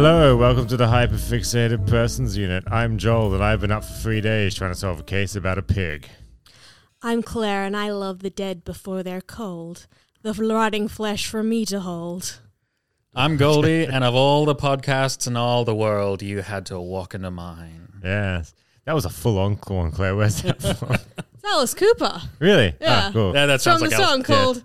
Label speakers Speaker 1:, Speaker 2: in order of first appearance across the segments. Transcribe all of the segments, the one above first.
Speaker 1: Welcome to the Hyperfixated Persons Unit. I'm Joel, and I've been up for three days trying to solve a case about a pig.
Speaker 2: I'm Claire, and I love the dead before they're cold. The rotting flesh for me to hold.
Speaker 3: I'm Goldie, and of all the podcasts in all the world, you had to walk into mine.
Speaker 1: Yes. That was a full on one, Claire. Where's that from?
Speaker 2: It's Alice Cooper
Speaker 1: really? Ah,
Speaker 2: Yeah.
Speaker 1: cool.
Speaker 3: Yeah, that
Speaker 2: from
Speaker 3: sounds
Speaker 2: the
Speaker 3: like Alice-
Speaker 2: song
Speaker 3: yeah,
Speaker 2: called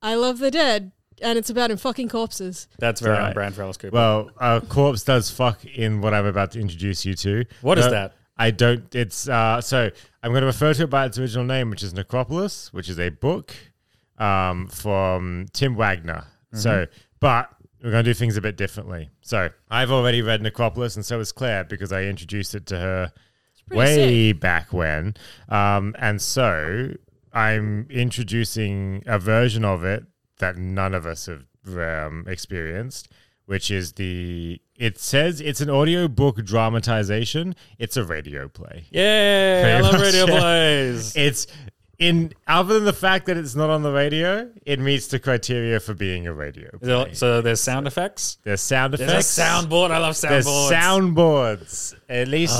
Speaker 2: I Love the Dead, and it's about him fucking corpses.
Speaker 3: that's very
Speaker 1: Right.
Speaker 3: on brand for Alice Cooper.
Speaker 1: Well, uh, corpse does fuck in what I'm about to introduce you to. What
Speaker 3: What is
Speaker 1: is
Speaker 3: that?
Speaker 1: I don't. It's uh, so I'm going to refer to it by its original name, which is Necropolis, which is a book um, from Tim Wagner. So, but we're going to do things a bit differently. So I've already read Necropolis, and so has Claire because I introduced it to her
Speaker 2: pretty
Speaker 1: way back when. Um, and so I'm introducing a version of it that none of us have um, experienced, which is the. It says it's an audiobook dramatization. It's a radio play.
Speaker 3: Yay! I
Speaker 1: Pretty
Speaker 3: love
Speaker 1: much,
Speaker 3: radio
Speaker 1: yeah.
Speaker 3: plays.
Speaker 1: It's in other than the fact that it's not on the radio, it meets the criteria for being a radio. Play.
Speaker 3: So- So there's sound effects.
Speaker 1: There's sound effects.
Speaker 3: There's a soundboard. I love
Speaker 1: There's
Speaker 3: soundboards. Ah.
Speaker 1: soundboards. At least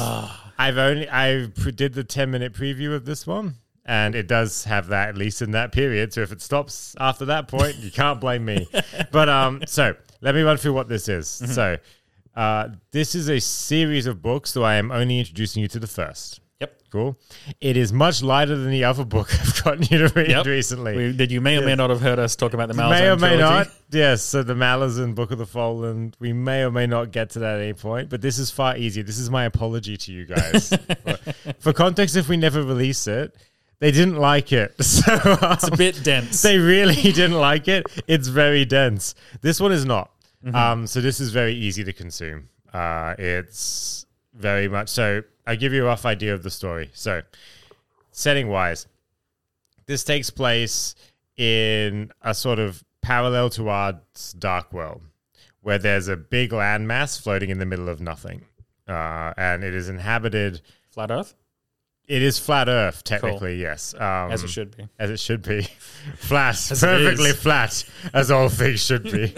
Speaker 1: I've only I pre- did the ten minute preview of this one, and it does have that at least in that period. So if it stops after that point, you can't blame me. But um, so let me run through what this is.
Speaker 3: Mm-hmm.
Speaker 1: So uh, this is a series of books, so I am only introducing you to the first.
Speaker 3: Yep.
Speaker 1: Cool. It is much lighter than the other book I've gotten you to read
Speaker 3: Yep.
Speaker 1: recently
Speaker 3: We, did you may or may not have heard us talk about the Malazan
Speaker 1: may or may
Speaker 3: trilogy?
Speaker 1: not. Yes, so the Malazan Book of the Fallen. We may or may not get to that at any point, but this is far easier. This is my apology to you guys. for, for context, if we never release it, they didn't like it. So
Speaker 3: It's a bit dense.
Speaker 1: they really didn't like it. It's very dense. This one is not.
Speaker 3: Mm-hmm.
Speaker 1: Um, so this is very easy to consume. Uh, it's very much so. I give you a rough idea of the story. So, setting wise, this takes place in a sort of parallel to our dark world, where there's a big landmass floating in the middle of nothing, uh, and it is inhabited.
Speaker 3: Flat Earth,
Speaker 1: It is flat Earth, technically. Yes, um,
Speaker 3: as it should be.
Speaker 1: as it should be. Flat,
Speaker 3: As it
Speaker 1: perfectly
Speaker 3: is.
Speaker 1: flat, as all things should be.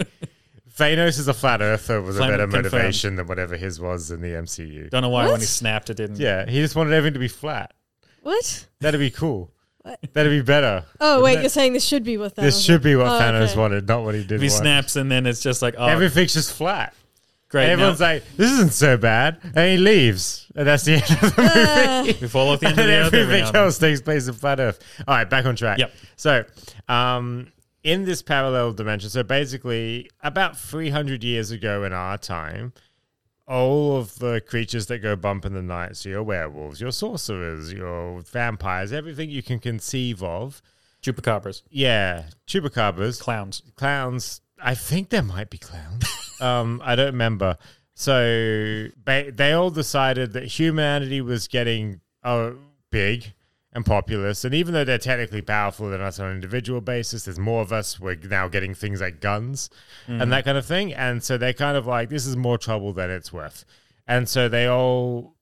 Speaker 1: Thanos is a flat earther was
Speaker 3: Climate
Speaker 1: a better
Speaker 3: confirmed.
Speaker 1: motivation than whatever his was in the MCU.
Speaker 3: Don't know why when
Speaker 2: What?
Speaker 3: he snapped it didn't.
Speaker 1: Yeah, he just wanted everything to be flat.
Speaker 2: What?
Speaker 1: That'd be cool.
Speaker 2: What?
Speaker 1: That'd be better.
Speaker 2: Oh, wait,
Speaker 1: it?
Speaker 2: you're saying this should be what that
Speaker 1: this should be what
Speaker 2: Oh,
Speaker 1: Thanos
Speaker 2: okay.
Speaker 1: wanted, not what he did
Speaker 3: If he
Speaker 1: want.
Speaker 3: snaps and then it's just like, oh,
Speaker 1: Everything's just flat.
Speaker 3: great.
Speaker 1: and everyone's
Speaker 3: now
Speaker 1: like, this isn't so bad. And he leaves. And that's the end of the
Speaker 2: Uh,
Speaker 1: movie.
Speaker 3: we follow the end of
Speaker 1: and
Speaker 3: the Earth every
Speaker 1: everything
Speaker 3: now and then.
Speaker 1: else takes place in flat Earth. All right, back on track.
Speaker 3: Yep.
Speaker 1: So, um, in this parallel dimension, so basically about 300 years ago in our time, all of the creatures that go bump in the night, so your werewolves, your sorcerers, your vampires, everything you can conceive of,
Speaker 3: Chupacabras,
Speaker 1: yeah, chupacabras,
Speaker 3: clowns.
Speaker 1: clowns. I think there might be clowns. um, I don't remember. So they they all decided that humanity was getting uh, big and populous, and even though they're technically powerful than us on an individual basis, there's more of us. We're now getting things like guns and that kind of thing, and so they're kind of like, this is more trouble than it's worth, and so they all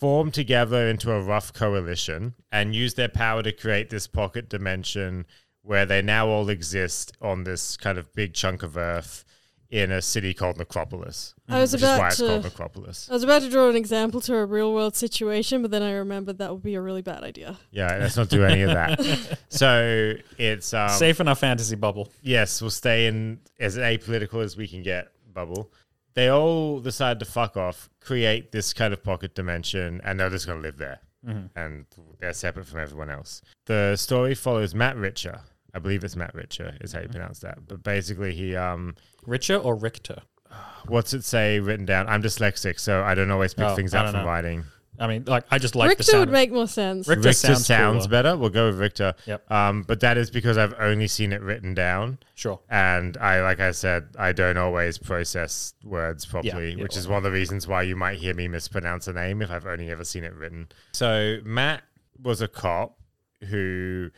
Speaker 1: form together into a rough coalition and use their power to create this pocket dimension where they now all exist on this kind of big chunk of earth in a city called Necropolis.
Speaker 2: I was
Speaker 1: Which is why
Speaker 2: about
Speaker 1: it's called
Speaker 2: to.
Speaker 1: Necropolis.
Speaker 2: I was about to draw an example to a real world situation, but then I remembered that would be a really bad idea.
Speaker 1: Yeah, let's not do any of that. so it's um,
Speaker 3: Safe in our fantasy bubble.
Speaker 1: yes, we'll stay in as apolitical as we can get bubble. They all decide to fuck off, create this kind of pocket dimension, and they're just going to live there.
Speaker 3: Mm-hmm.
Speaker 1: And they're separate from everyone else. The story follows Matt Richer. I believe it's Matt Richer is how
Speaker 3: Mm-hmm.
Speaker 1: you pronounce that. But basically, he um,
Speaker 3: Richer or Richter?
Speaker 1: what's it say written down? I'm dyslexic, so I don't always pick
Speaker 3: Oh,
Speaker 1: things
Speaker 3: I
Speaker 1: out
Speaker 3: don't
Speaker 1: from
Speaker 3: know.
Speaker 1: writing.
Speaker 3: I mean, like I just like the
Speaker 2: Richter
Speaker 3: sound.
Speaker 2: would
Speaker 3: of-
Speaker 2: make more sense.
Speaker 3: Richter,
Speaker 1: Richter
Speaker 3: sounds,
Speaker 1: sounds,
Speaker 3: cooler.
Speaker 1: better. We'll go with Richter.
Speaker 3: Yep.
Speaker 1: Um, but that is because I've only seen it written down.
Speaker 3: Sure.
Speaker 1: and I, like I said, I don't always process words properly,
Speaker 3: yeah,
Speaker 1: which is
Speaker 3: well-
Speaker 1: one of the reasons why you might hear me mispronounce a name if I've only ever seen it written. So Matt was a cop who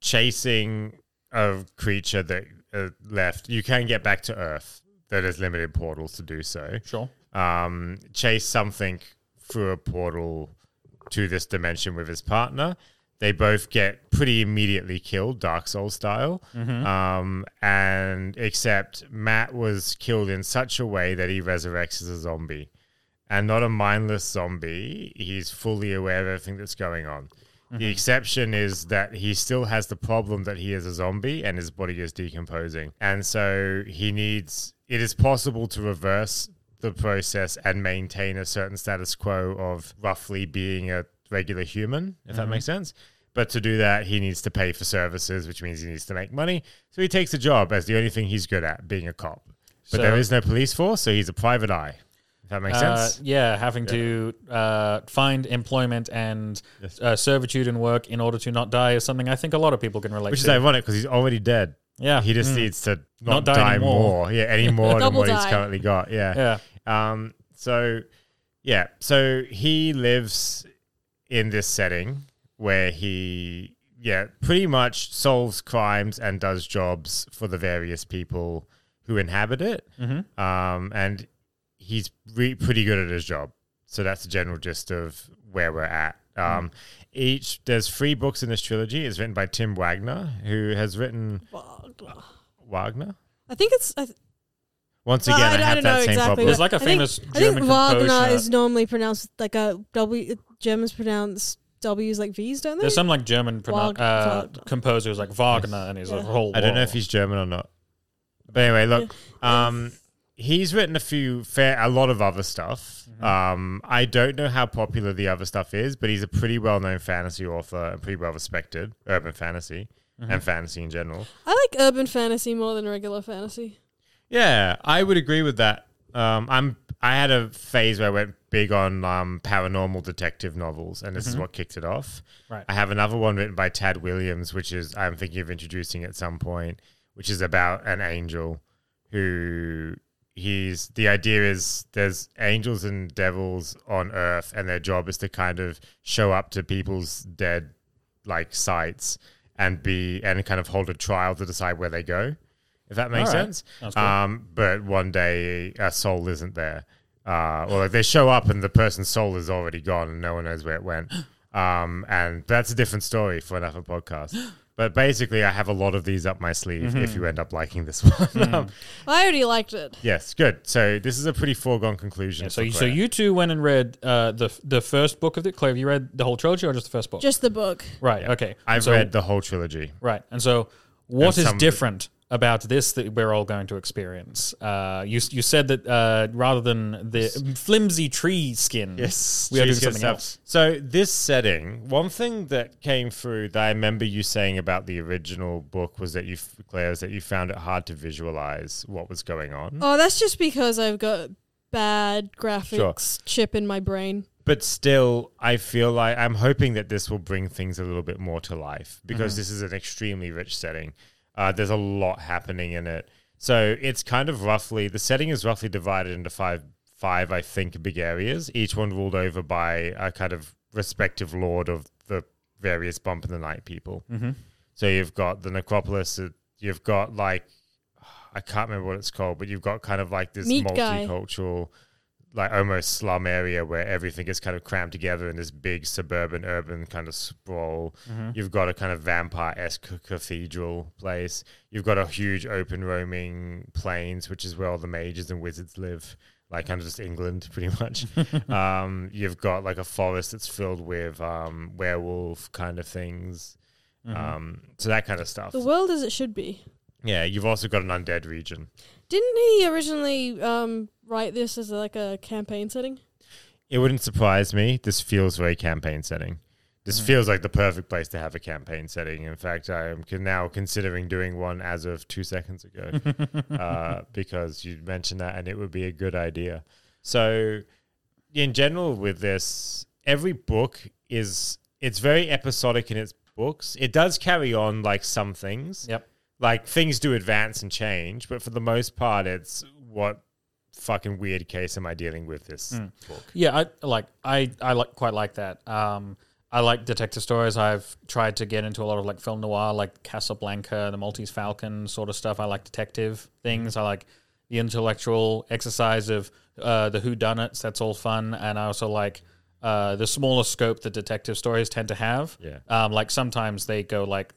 Speaker 1: chasing a creature that uh, left. You can get back to Earth. There is limited portals to do so
Speaker 3: Sure.
Speaker 1: um, chase something through a portal to this dimension with his partner. they both get pretty immediately killed, Dark Souls style. Um, and except Matt was killed in such a way that he resurrects as a zombie, and not a mindless zombie. He's fully aware of everything that's going on.
Speaker 3: Mm-hmm.
Speaker 1: The exception is that he still has the problem that he is a zombie and his body is decomposing, and so he needs. It is possible to reverse the process and maintain a certain status quo of roughly being a regular human, if
Speaker 3: Mm-hmm.
Speaker 1: that makes sense. But to do that, he needs to pay for services, which means he needs to make money. So he takes a job as the only thing he's good at, being a cop. But
Speaker 3: So-
Speaker 1: there is no police force, so he's a private eye. If that makes
Speaker 3: Uh,
Speaker 1: sense.
Speaker 3: yeah, having to uh, find employment and uh, servitude and work in order to not die is something I think a lot of people can relate
Speaker 1: Which is
Speaker 3: to.
Speaker 1: ironic because he's already dead.
Speaker 3: yeah,
Speaker 1: He just
Speaker 3: Mm.
Speaker 1: needs to not,
Speaker 3: Not die
Speaker 1: die,
Speaker 3: anymore.
Speaker 1: more. Yeah, any more than
Speaker 2: Double
Speaker 1: what he's
Speaker 2: die.
Speaker 1: currently got.
Speaker 3: yeah.
Speaker 1: Um, so, yeah, so he lives in this setting where he, yeah, pretty much solves crimes and does jobs for the various people who inhabit it.
Speaker 3: Mhm.
Speaker 1: Um, and he's re- pretty good at his job. So that's the general gist of where we're at. Um, Each there's three books in this trilogy. It's written by Tim Wagner, who has written Wagner.
Speaker 2: I think it's. I, th-
Speaker 1: Once
Speaker 2: Well,
Speaker 1: again, I,
Speaker 2: I- I
Speaker 1: have
Speaker 2: don't
Speaker 1: that
Speaker 2: know
Speaker 1: same
Speaker 2: exactly
Speaker 1: problem.
Speaker 3: There's like a
Speaker 2: I think-
Speaker 3: famous
Speaker 2: I
Speaker 3: German
Speaker 2: think Wagner
Speaker 3: composer.
Speaker 2: is normally pronounced like a W. Germans pronounce W's like V's, don't they?
Speaker 3: There's some like German pronoun-
Speaker 2: Wag-
Speaker 3: uh,
Speaker 2: Wag-
Speaker 3: composer who's like Wagner, and he's
Speaker 2: Yeah.
Speaker 3: like, whole.
Speaker 1: I don't know if he's German or not. But anyway, look, um, he's written a few fair, a lot of other stuff.
Speaker 2: Mm-hmm.
Speaker 1: Um, I don't know how popular the other stuff is, but he's a pretty well known fantasy author and pretty well respected urban fantasy
Speaker 2: Mm-hmm.
Speaker 1: and fantasy in general.
Speaker 2: I like urban fantasy more than regular fantasy.
Speaker 1: Yeah, I would agree with that. Um, I'm I had a phase where I went big on um, paranormal detective novels, and this is what kicked it off.
Speaker 3: Mm-hmm. Right.
Speaker 1: I have another one written by Tad Williams, which is I'm thinking of introducing at some point, which is about an angel who he's the idea is there's angels and devils on earth, and their job is to kind of show up to people's dead like sites and be and kind of hold a trial to decide where they go. If that makes
Speaker 3: All right.
Speaker 1: sense.
Speaker 3: Sounds cool.
Speaker 1: Um, but one day a soul isn't there. Uh, or like they show up and the person's soul is already gone and no one knows where it went. Um, and that's a different story for another podcast. But basically, I have a lot of these up my sleeve
Speaker 3: Mm-hmm.
Speaker 1: if you end up liking this one. Um,
Speaker 2: I already liked it.
Speaker 1: yes, good. So this is a pretty foregone conclusion.
Speaker 3: So,
Speaker 1: for
Speaker 3: you- so
Speaker 1: Claire.
Speaker 3: you two went and read uh, the the first book of the Claire. Have you read the whole trilogy or just the first book?
Speaker 2: Just the book.
Speaker 3: right. Okay.
Speaker 1: I've
Speaker 3: So-
Speaker 1: read the whole trilogy.
Speaker 3: Right. And so, what
Speaker 1: And
Speaker 3: is
Speaker 1: some-
Speaker 3: different about this that we're all going to experience? Uh, you you said that uh, rather than the flimsy tree skin, Mm. we are doing
Speaker 1: Cheese
Speaker 3: something
Speaker 1: stuff.
Speaker 3: else.
Speaker 1: So this setting, one thing that came through that I remember you saying about the original book was that you, f- Claire, was that you found it hard to visualize what was going on.
Speaker 2: Oh, that's just because I've got bad graphics chip in my brain.
Speaker 1: But still, I feel like I'm hoping that this will bring things a little bit more to life because this is an extremely rich setting. Uh, there's a lot happening in it, so it's kind of roughly the setting is roughly divided into five five I think big areas, each one ruled over by a kind of respective lord of the various bump in the night people. So you've got the necropolis, uh, you've got like I can't remember what it's called, but you've got kind of like this
Speaker 2: Meat guy.
Speaker 1: multicultural, like almost slum area where everything is kind of crammed together in this big suburban urban kind of sprawl. You've got a kind of vampire esque cathedral place. You've got a huge open roaming plains, which is where all the mages and wizards live. Like kind of just England, pretty much. um, you've got like a forest that's filled with um, werewolf kind of things. Um, so that kind of stuff.
Speaker 2: The world as it should be.
Speaker 1: Yeah, you've also got an undead region.
Speaker 2: Didn't he originally um, write this as like a campaign setting?
Speaker 1: It wouldn't surprise me. This feels very campaign setting. This feels like the perfect place to have a campaign setting. In fact, I am con- now considering doing one as of two seconds ago uh, because you mentioned that and it would be a good idea. So, in general, with this, every book is it's very episodic in its books. It does carry on like some things,
Speaker 3: Yep.
Speaker 1: like things do advance and change, but for the most part, it's what fucking weird case am I dealing with this book?
Speaker 3: Yeah, I like I I like quite like that. Um, I like detective stories. I've tried to get into a lot of like film noir, like Casablanca, The Maltese Falcon, sort of stuff. I like detective things. I like the intellectual exercise of uh, the whodunits. That's all fun, and I also like. uh, the smaller scope that detective stories tend to have.
Speaker 1: Yeah.
Speaker 3: Um, like sometimes they go like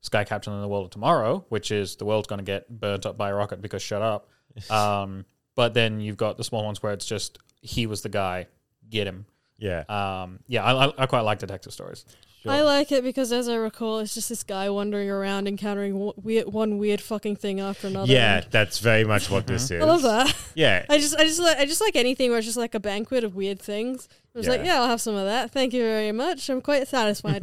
Speaker 3: Sky Captain and the World of Tomorrow, which is the world's going to get burnt up by a rocket because shut up. Um, but then you've got the small ones where it's just he was the guy, get him.
Speaker 1: Yeah.
Speaker 3: Um, yeah, I, I, I quite like detective stories.
Speaker 4: I like it because, as I recall, it's just this guy wandering around encountering w- weird, one weird fucking thing after another.
Speaker 1: yeah,
Speaker 4: and-
Speaker 1: that's very much what this is.
Speaker 4: I love that.
Speaker 1: Yeah.
Speaker 4: I just, I just, like, I just like anything where it's just like a banquet of weird things. I was like,
Speaker 1: Yeah.
Speaker 4: yeah, I'll have some of that. Thank you very much. I'm quite satisfied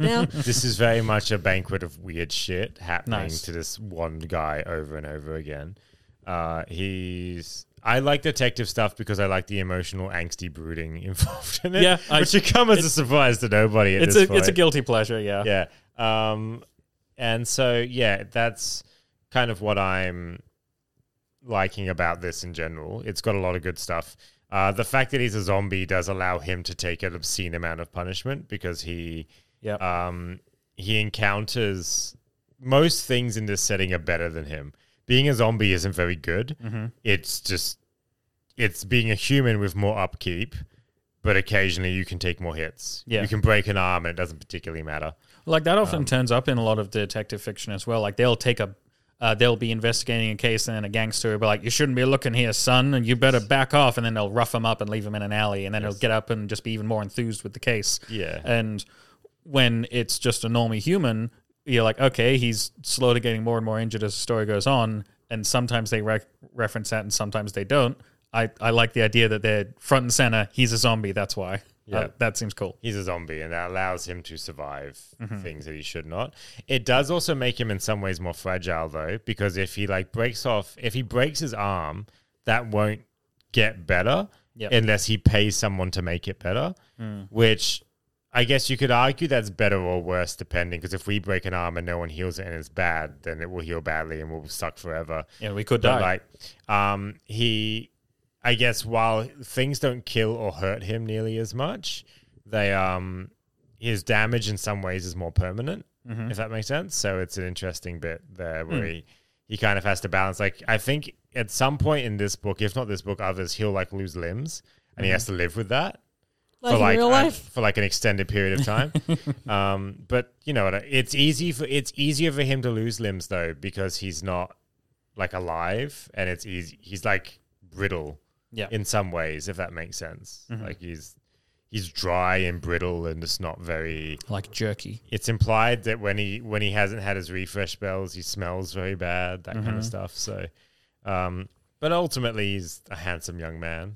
Speaker 4: now.
Speaker 1: This is very much a banquet of weird shit happening
Speaker 3: Nice.
Speaker 1: to this one guy over and over again. Uh, he's. I like detective stuff because I like the emotional, angsty brooding involved in it.
Speaker 3: Yeah, I-
Speaker 1: which should come as a surprise to nobody at
Speaker 3: It's
Speaker 1: this
Speaker 3: a
Speaker 1: point.
Speaker 3: it's a guilty pleasure. Yeah.
Speaker 1: yeah. Um, and so yeah, that's kind of what I'm liking about this in general. It's got a lot of good stuff. Uh, the fact that he's a zombie does allow him to take an obscene amount of punishment because he
Speaker 3: Yep.
Speaker 1: um, he encounters most things in this setting are better than him. Being a zombie isn't very good. It's just it's being a human with more upkeep, but occasionally you can take more hits.
Speaker 3: Yeah.
Speaker 1: You can break an arm and it doesn't particularly matter.
Speaker 3: Like that often turns up in a lot of detective fiction as well. Like they'll take a, uh, they'll be investigating a case and then a gangster will be like, "You shouldn't be looking here, son, and you better back off." And then they'll rough him up and leave him in an alley, and then he'll get up and just be even more enthused with the case.
Speaker 1: Yeah.
Speaker 3: And when it's just a normal human, you're like, okay, he's slowly getting more and more injured as the story goes on, and sometimes they re- reference that, and sometimes they don't. I, I like the idea that they're front and center. He's a zombie. That's why.
Speaker 1: Yeah.
Speaker 3: Uh, that seems cool.
Speaker 1: he's a zombie and that allows him to survive things that he should not it does also make him in some ways more fragile though because if he like breaks off if he breaks his arm that won't get better
Speaker 3: Yep.
Speaker 1: unless he pays someone to make it better which i guess you could argue that's better or worse depending because if we break an arm and no one heals it and it's bad then it will heal badly and will suck forever
Speaker 3: Yeah, we could die.
Speaker 1: but like um he i guess while things don't kill or hurt him nearly as much they um his damage in some ways is more permanent if that makes sense so it's an interesting bit there where he he kind of has to balance like i think at some point in this book if not this book others he'll like lose limbs and he has to live with that
Speaker 4: Like in real
Speaker 1: a-
Speaker 4: life.
Speaker 1: for like an extended period of time. um, but you know, what, it's easy for it's easier for him to lose limbs though because he's not like alive, and it's easy. He's like brittle,
Speaker 3: Yeah.
Speaker 1: in some ways, if that makes sense.
Speaker 4: Mm-hmm.
Speaker 1: Like he's he's dry and brittle, and it's not very
Speaker 3: like jerky.
Speaker 1: it's implied that when he when he hasn't had his refresh spells, he smells very bad, that kind of stuff. So, um, but ultimately, he's a handsome young man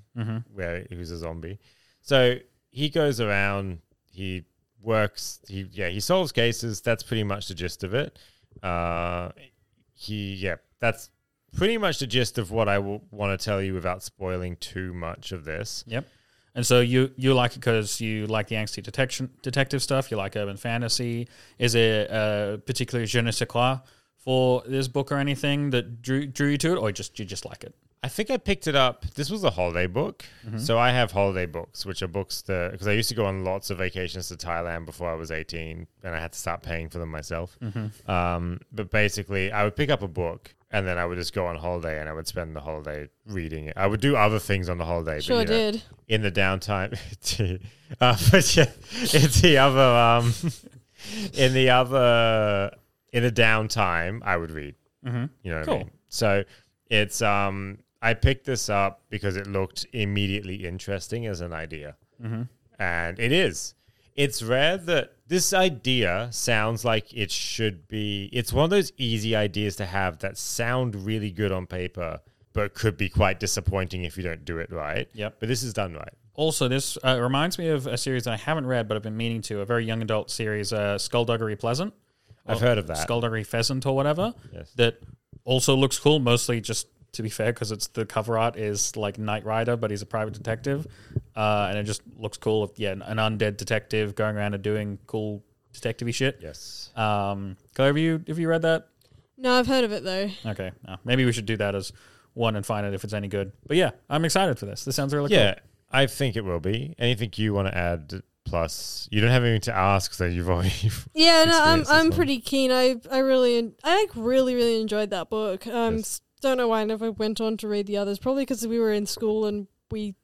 Speaker 1: where who's a zombie. So he goes around, he works, he yeah, he solves cases. That's pretty much the gist of it. Uh, he yeah, that's pretty much the gist of what I want to tell you without spoiling too much of this.
Speaker 3: Yep. And so you you like it because you like the angsty detection detective stuff. You like urban fantasy. Is it a particular je ne sais quoi for this book or anything that drew drew you to it, or just you just like it?
Speaker 1: I think I picked it up. This was a holiday book. So I have holiday books, which are books that, because I used to go on lots of vacations to Thailand before I was 18 and I had to start paying for them myself. Um, but basically, I would pick up a book and then I would just go on holiday and I would spend the holiday reading it. I would do other things on the holiday. but,
Speaker 4: Sure
Speaker 1: you know,
Speaker 4: did.
Speaker 1: in the downtime. uh, but yeah, it's the other, um, in the other, in the downtime, I would read. You know what
Speaker 3: Cool.
Speaker 1: I mean? So it's um I picked this up because it looked immediately interesting as an idea.
Speaker 3: Mm-hmm.
Speaker 1: And it is. It's rare that this idea sounds like it should be it's one of those easy ideas to have that sound really good on paper but could be quite disappointing if you don't do it right.
Speaker 3: Yep.
Speaker 1: But this is done right.
Speaker 3: Also, this uh, reminds me of a series that I haven't read but I've been meaning to. A very young adult series, uh, Skullduggery Pleasant.
Speaker 1: I've
Speaker 3: Well,
Speaker 1: heard of that.
Speaker 3: Skullduggery Pheasant or whatever.
Speaker 1: Uh, Yes.
Speaker 3: That also looks cool, mostly just to be fair, because it's the cover art is like Knight Rider, but he's a private detective. Uh, and it just looks cool. Of, yeah, an undead detective going around and doing cool detective shit.
Speaker 1: yes.
Speaker 3: Um, Claire, have you, have you read that?
Speaker 4: No, I've heard of it though.
Speaker 3: Okay. No. Maybe we should do that as one and find out if it's any good. But yeah, I'm excited for this. This sounds really
Speaker 1: Yeah, I think it will be. Anything you want to add? Plus, you don't have anything to ask, so you've already.
Speaker 4: Yeah, no, I'm
Speaker 1: experience as
Speaker 4: I'm
Speaker 1: well.
Speaker 4: pretty keen. I I really I like really really enjoyed that book. Um,
Speaker 1: Yes.
Speaker 4: s- don't know why I never went on to read the others. Probably because we were in school and we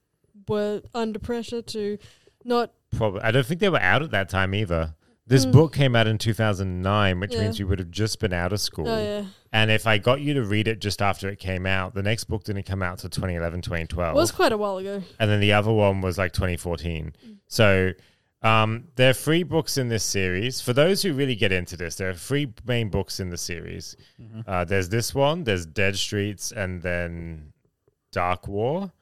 Speaker 4: were under pressure to Not
Speaker 1: Probably. I don't think they were out at that time either. This book came out in 2009, which
Speaker 4: Hmm. Yeah.
Speaker 1: means you would have just been out of school.
Speaker 4: oh yeah.
Speaker 1: And if I got you to read it just after it came out, the next book didn't come out till 2011, 2012.
Speaker 4: It was Hmm. quite a while ago.
Speaker 1: and then the other one was like 2014. So um, there are three books in this series. For those who really get into this, there are three main books in the series. Uh, there's this one, there's Dead Streets, and then Dark War.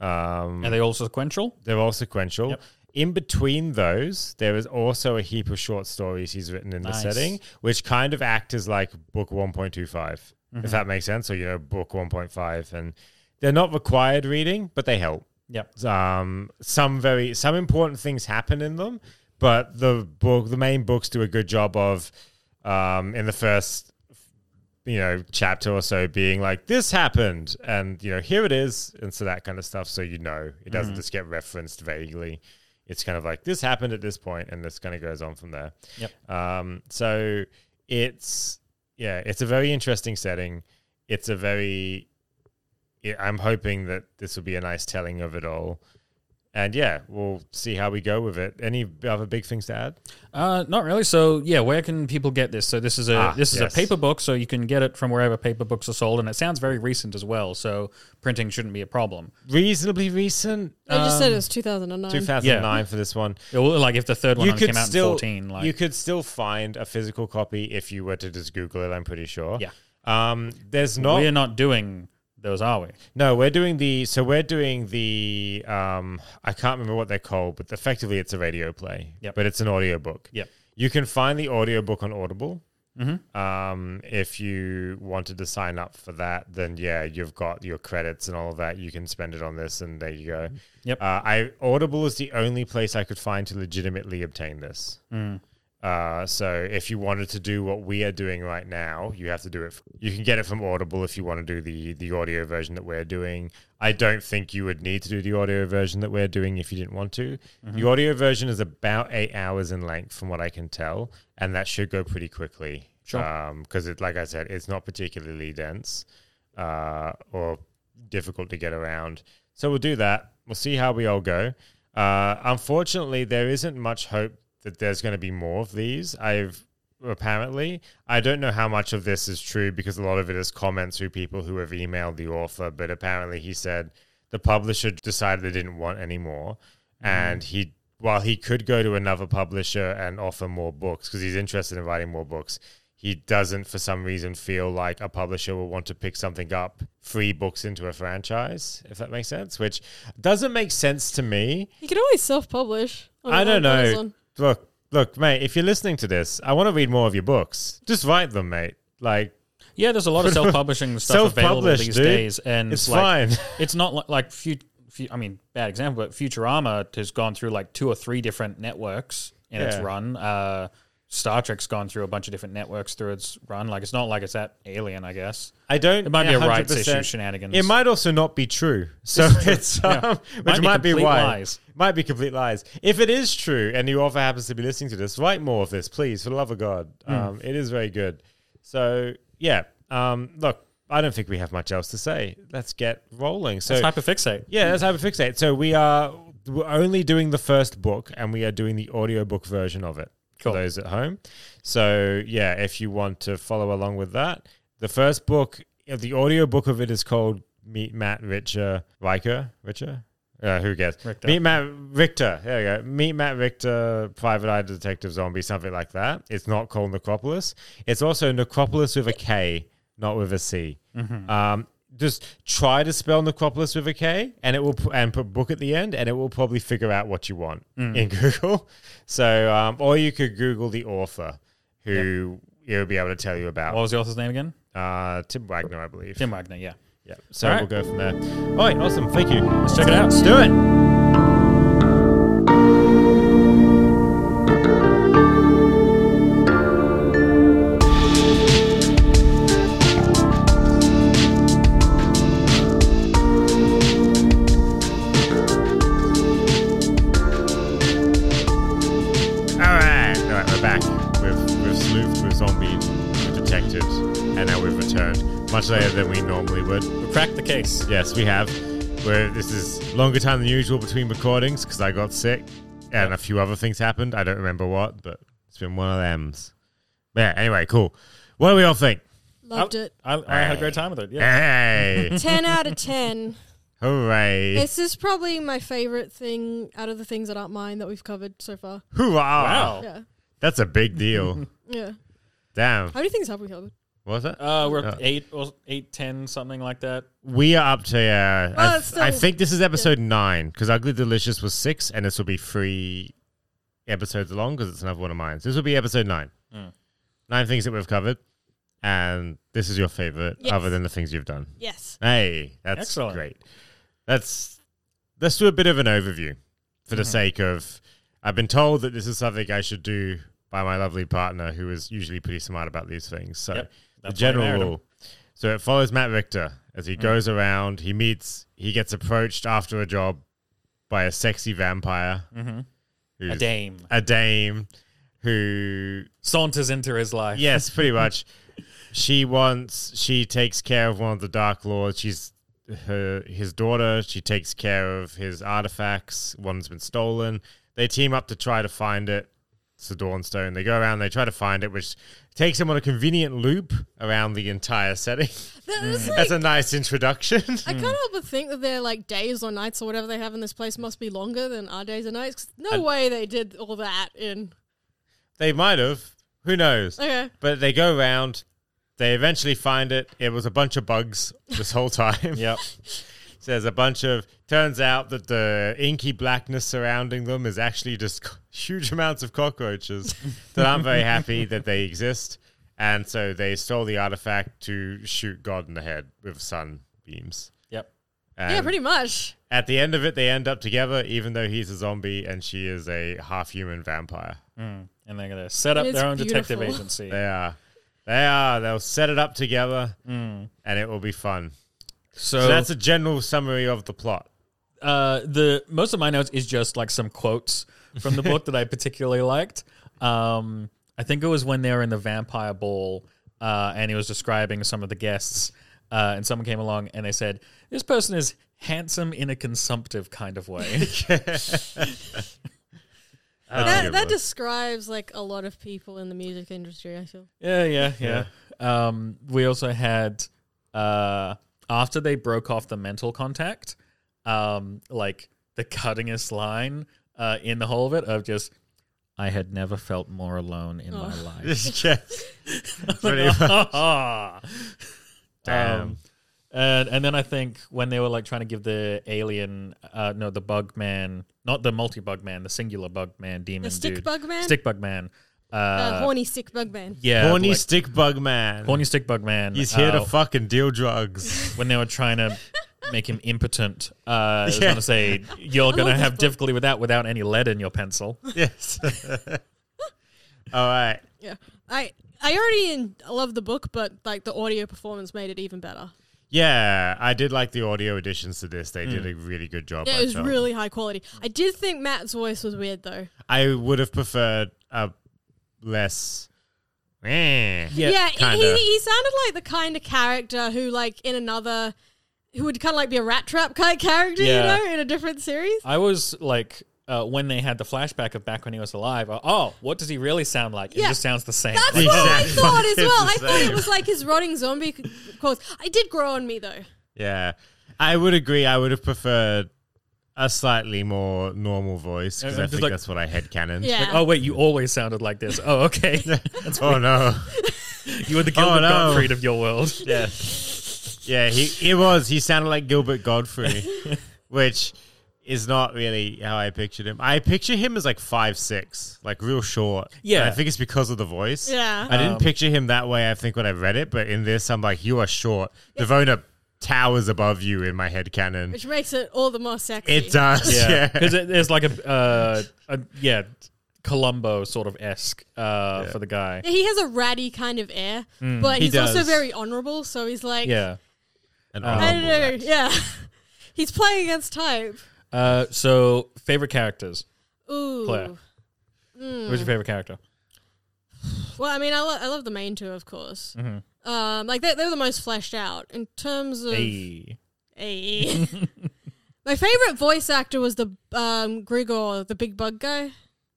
Speaker 1: Um,
Speaker 3: Are they all sequential?
Speaker 1: they're all sequential.
Speaker 3: Yep.
Speaker 1: In between those, there is also a heap of short stories he's written in
Speaker 3: Nice.
Speaker 1: the setting, which kind of act as like book one25
Speaker 3: Mm-hmm.
Speaker 1: if that makes sense, or you know, book 1.5. And they're not required reading, but they help.
Speaker 3: Yep.
Speaker 1: Um, some very some important things happen in them, but the book, the main books, do a good job of um, in the first you know chapter or so being like this happened and you know here it is and so that kind of stuff so you know it doesn't just get referenced vaguely it's kind of like this happened at this point and this kind of goes on from there
Speaker 3: Yep.
Speaker 1: um so it's yeah it's a very interesting setting it's a very yeah, i'm hoping that this will be a nice telling of it all and yeah we'll see how we go with it any other big things to add
Speaker 3: Uh, not really. So yeah, where can people get this? So this is a
Speaker 1: Ah,
Speaker 3: this is
Speaker 1: yes.
Speaker 3: a paper book, so you can get it from wherever paper books are sold, and it sounds very recent as well. So printing shouldn't be a problem.
Speaker 1: reasonably recent
Speaker 3: Uh,
Speaker 4: I just said it
Speaker 1: um,
Speaker 4: was 2009.
Speaker 1: 2009 for this one
Speaker 3: It will- like if the third one
Speaker 1: you
Speaker 3: came
Speaker 1: could
Speaker 3: out
Speaker 1: still
Speaker 3: in fourteen, like
Speaker 1: you could still find a physical copy if you were to just Google it. I'm pretty sure.
Speaker 3: Yeah.
Speaker 1: Um. There's not.
Speaker 3: we're not doing those, are we?
Speaker 1: no, we're doing the. So we're doing the. Um. I can't remember what they're called, but effectively it's a radio play.
Speaker 3: Yep.
Speaker 1: But it's an audiobook.
Speaker 3: Yep.
Speaker 1: You can find the audiobook on Audible.
Speaker 3: Mhm.
Speaker 1: Um, if you wanted to sign up for that, then yeah, you've got your credits and all of that. You can spend it on this, and there you go.
Speaker 3: Yep.
Speaker 1: Uh, I Audible is the only place I could find to legitimately obtain this. Uh, so if you wanted to do what we are doing right now, you have to do it. f- You can get it from Audible if you want to do the the audio version that we're doing. I don't think you would need to do the audio version that we're doing if you didn't want to. The audio version is about eight hours in length, from what I can tell, and that should go pretty quickly.
Speaker 3: Sure.
Speaker 1: Because it, like I said, it's not particularly dense uh, or difficult to get around. So we'll do that. We'll see how we all go. Uh, unfortunately, there isn't much hope that there's going to be more of these. I've apparently, I don't know how much of this is true because a lot of it is comments through people who have emailed the author, but apparently he said the publisher decided they didn't want any more.
Speaker 3: Mm-hmm.
Speaker 1: And he, while he could go to another publisher and offer more books because he's interested in writing more books, he doesn't for some reason feel like a publisher will want to pick something up free books into a franchise if that makes sense which doesn't make sense to me
Speaker 4: You can always self-publish. on
Speaker 1: i don't know
Speaker 4: Amazon.
Speaker 1: look look mate if you're listening to this i want to read more of your books just write them mate like
Speaker 3: Yeah, there's a lot of self-publishing stuff available
Speaker 1: Self-publish,
Speaker 3: these
Speaker 1: dude.
Speaker 3: days, and
Speaker 1: it's
Speaker 3: like,
Speaker 1: fine
Speaker 3: it's not like like few, few, I mean, bad example, but Futurama has gone through like two or three different networks in its
Speaker 1: Yeah.
Speaker 3: run. Uh, Star Trek's gone through a bunch of different networks through its run. Like it's not like it's that alien, I guess.
Speaker 1: i don't
Speaker 3: It might be a rights
Speaker 1: 100%
Speaker 3: issue shenanigans.
Speaker 1: It might also not be true. So it's um, which
Speaker 3: Might
Speaker 1: might, be,
Speaker 3: be complete
Speaker 1: why
Speaker 3: lies.
Speaker 1: might be complete lies. If it is true, and the author happens to be listening to this, write more of this, please, for the love of God.
Speaker 3: Hmm.
Speaker 1: Um, it is very good. So yeah, um, look, I don't think we have much else to say. Let's get rolling. So
Speaker 3: It's hyperfixate.
Speaker 1: yeah, that's hyperfixate. So we are we're only doing the first book and we are doing the audiobook version of it
Speaker 3: Cool.
Speaker 1: for those at home. So yeah, if you want to follow along with that, the first book, uh, the audiobook of it is called Meet Matt Richer Riker Richer. Uh, who cares?
Speaker 3: Richter.
Speaker 1: Meet Matt Richter. There you go. Meet Matt Richter, Private Eye Detective Zombie, something like that. It's not called Necropolis. It's also Necropolis with a K, not with a C.
Speaker 3: Mm-hmm.
Speaker 1: Um, just try to spell Necropolis with a K, and it will pu- and put book at the end, and it will probably figure out what you want
Speaker 3: Mm.
Speaker 1: in Google. So, um, or you could Google the author, who it will be able to tell you
Speaker 3: What
Speaker 1: about.
Speaker 3: was the author's name again?
Speaker 1: Uh, Tim Wagner, I believe.
Speaker 3: Tim Wagner. Yeah.
Speaker 1: Yeah. So
Speaker 3: All
Speaker 1: we'll
Speaker 3: right.
Speaker 1: go from there. All right. Awesome. Thank you. Let's
Speaker 3: check it out.
Speaker 1: Let's do it. All right. All right. We're back. We've we've sleuthed, we've zombied, we've detected, and now we've returned much later than we normally would.
Speaker 3: We cracked the case.
Speaker 1: Yes, we have. Where this is longer time than usual between recordings because I got sick. and a few other things happened. I don't remember what, but it's been one of them's. Yeah. Anyway, cool. What do we all think?
Speaker 2: Loved it.
Speaker 3: I, I had a great time with it. Yeah.
Speaker 1: Hey!
Speaker 4: 10 out of 10.
Speaker 1: Hooray!
Speaker 4: This is probably my favorite thing out of the things that aren't mine that we've covered so far.
Speaker 1: Hoorah! Oh.
Speaker 3: Wow.
Speaker 4: Yeah.
Speaker 1: That's a big deal.
Speaker 4: Yeah.
Speaker 1: Damn.
Speaker 4: How many things have we covered?
Speaker 1: What was it?
Speaker 3: Uh, we're up
Speaker 1: Yeah.
Speaker 3: eight, or eight, ten, something like that.
Speaker 1: We are up to. Uh, I,
Speaker 4: Well,
Speaker 1: th-
Speaker 4: it's still-
Speaker 1: I think this is episode nine because Ugly Delicious was six, and this will be three episodes long because it's another one of mine. So this will be episode nine.
Speaker 3: Mm.
Speaker 1: Nine things that we've covered, and this is your favorite,
Speaker 2: Yes.
Speaker 1: other than the things you've done.
Speaker 2: Yes.
Speaker 1: Hey, that's
Speaker 3: Excellent.
Speaker 1: great. Let's let's do a bit of an overview for the
Speaker 3: Mm-hmm.
Speaker 1: sake of. I've been told that this is something I should do by my lovely partner, who is usually pretty smart about these things. So
Speaker 3: Yep.
Speaker 1: the
Speaker 3: That's Mm. why I
Speaker 1: general
Speaker 3: married him.
Speaker 1: rule. So it follows Matt Richter as he goes around. He meets. He gets approached after a job by a sexy vampire, who's
Speaker 3: Mm-hmm. A dame
Speaker 1: a dame, who
Speaker 3: saunters into his life.
Speaker 1: Yes, pretty much. she wants. She takes care of one of the Dark Lords. She's her his daughter. She takes care of his artifacts. One's been stolen. They team up to try to find it. It's the Dawnstone. They go around. They try to find it, which takes them on a convenient loop around the entire setting.
Speaker 4: Th- This, like,
Speaker 1: That's a nice introduction.
Speaker 4: I can't help but think that their like days or nights or whatever they have in this place must be longer than our days and nights. 'cause no way they did all that in.
Speaker 1: they might have. Who knows?
Speaker 4: Okay.
Speaker 1: But they go around. They eventually find it. It was a bunch of bugs this whole time.
Speaker 3: Yep.
Speaker 1: So there's a bunch of. Turns out that the inky blackness surrounding them is actually just c- huge amounts of cockroaches that aren't very happy that they exist. And so they stole the artifact to shoot God in the head with sun beams.
Speaker 3: Yep.
Speaker 4: yeah,
Speaker 1: And
Speaker 4: pretty much.
Speaker 1: At the end of it, they end up together, even though he's a zombie and she is a half human vampire.
Speaker 4: Hmm.
Speaker 3: Mm. And they're going to set up
Speaker 4: It's
Speaker 3: their own detective
Speaker 4: beautiful.
Speaker 3: agency.
Speaker 1: They are. They are. They'll set it up together
Speaker 4: Hmm.
Speaker 1: and it will be fun.
Speaker 3: So,
Speaker 1: So that's a general summary of the plot.
Speaker 3: uh, the most of my notes is just like some quotes from the book that I particularly liked. Um, I think it was when they were in the vampire ball, uh, and he was describing some of the guests, uh, and someone came along and they said, "This person is handsome in a consumptive kind of way."
Speaker 1: That's a
Speaker 4: that
Speaker 1: good
Speaker 4: that
Speaker 1: one.
Speaker 4: describes like a lot of people in the music industry. I feel.
Speaker 3: yeah, yeah, yeah. Um, we also had uh, after they broke off the mental contact, um, like the cuttingest line uh, in the whole of it of just. I had never felt more alone in my life.
Speaker 1: Oh. yes. Pretty much. Damn.
Speaker 3: Um, and, and then I think when they were like trying to give the alien, uh, no, the bug man, not the multi bug man, the singular bug man, demon
Speaker 4: The stick
Speaker 3: dude.
Speaker 4: bug man?
Speaker 3: stick bug man, uh,
Speaker 4: Uh, horny sick bug man.
Speaker 3: yeah,
Speaker 1: horny
Speaker 3: like,
Speaker 1: stick bug man.
Speaker 3: horny stick bug man.
Speaker 1: He's here
Speaker 3: uh,
Speaker 1: to fucking deal drugs.
Speaker 3: when they were trying to make him impotent. Uh, I was
Speaker 1: Yeah.
Speaker 3: gonna say you're gonna
Speaker 4: this
Speaker 3: have
Speaker 4: book.
Speaker 3: difficulty with that without any lead in your pencil.
Speaker 1: yes. All right.
Speaker 4: Yeah. I I already in, love the book, but like the audio performance made it even better.
Speaker 1: Yeah, I did like the audio additions to this. They
Speaker 3: Mm.
Speaker 1: did a really good job.
Speaker 4: Yeah,
Speaker 1: I
Speaker 4: it was
Speaker 1: felt.
Speaker 4: really high quality. I did think Matt's voice was weird though.
Speaker 1: I would have preferred a less. Eh.
Speaker 3: Yeah,
Speaker 4: yeah, he,
Speaker 1: kinda.
Speaker 4: he he sounded like the kind of character who like in another who would kind of like be a rat trap kind of character,
Speaker 3: Yeah.
Speaker 4: you know, in a different series.
Speaker 3: I was like. Uh, when they had the flashback of back when he was alive, uh, oh, what does he really sound like? It
Speaker 4: Yeah.
Speaker 3: just sounds the same.
Speaker 4: That's
Speaker 3: Like,
Speaker 4: what I
Speaker 1: Exactly.
Speaker 4: thought as
Speaker 1: It's
Speaker 4: well.
Speaker 1: the
Speaker 4: I thought
Speaker 1: same.
Speaker 4: it was like his rotting zombie c- corpse. I did grow on me though.
Speaker 1: Yeah. I would agree. I would have preferred a slightly more normal voice because
Speaker 3: I'm
Speaker 1: I
Speaker 3: just
Speaker 1: think
Speaker 3: like-
Speaker 1: that's what I had canon.
Speaker 4: Yeah.
Speaker 3: Like, oh wait, you always sounded like this. Oh, okay.
Speaker 1: Oh no.
Speaker 3: you were the Gilbert
Speaker 1: Oh, no.
Speaker 3: Gottfried of your world.
Speaker 1: Yeah. Yeah, he it was. He sounded like Gilbert Godfrey, which is not really how I pictured him. I picture him as like five six, like real short.
Speaker 3: Yeah.
Speaker 1: And I think it's because of the voice.
Speaker 4: Yeah.
Speaker 1: I didn't
Speaker 3: Um,
Speaker 1: picture him that way, I think, when I read it, but in this I'm like, you are short. Devona towers above you in my head canon.
Speaker 4: Which makes it all the more sexy.
Speaker 1: It does.
Speaker 3: Yeah,
Speaker 1: Yeah.
Speaker 3: because there's like a, uh, a yeah, Columbo sort of esque uh, for the guy.
Speaker 4: Yeah, he has a ratty kind of air, but
Speaker 1: Mm, He
Speaker 4: he's also
Speaker 1: does.
Speaker 4: very honorable. So he's like,
Speaker 3: Yeah.
Speaker 1: An
Speaker 4: I
Speaker 1: honorable
Speaker 4: don't know,
Speaker 1: act.
Speaker 4: yeah. he's playing against type.
Speaker 3: Uh, so favorite characters.
Speaker 4: Ooh. Hmm.
Speaker 3: Claire. Who's your favorite character?
Speaker 4: Well, I mean, I, lo- I love the main two, of course.
Speaker 1: Mm-hmm. E.
Speaker 4: Um, like they- they're the most fleshed out in terms of.
Speaker 3: Hey.
Speaker 4: Hey. My favorite voice actor was the um, Grigor, the big bug guy.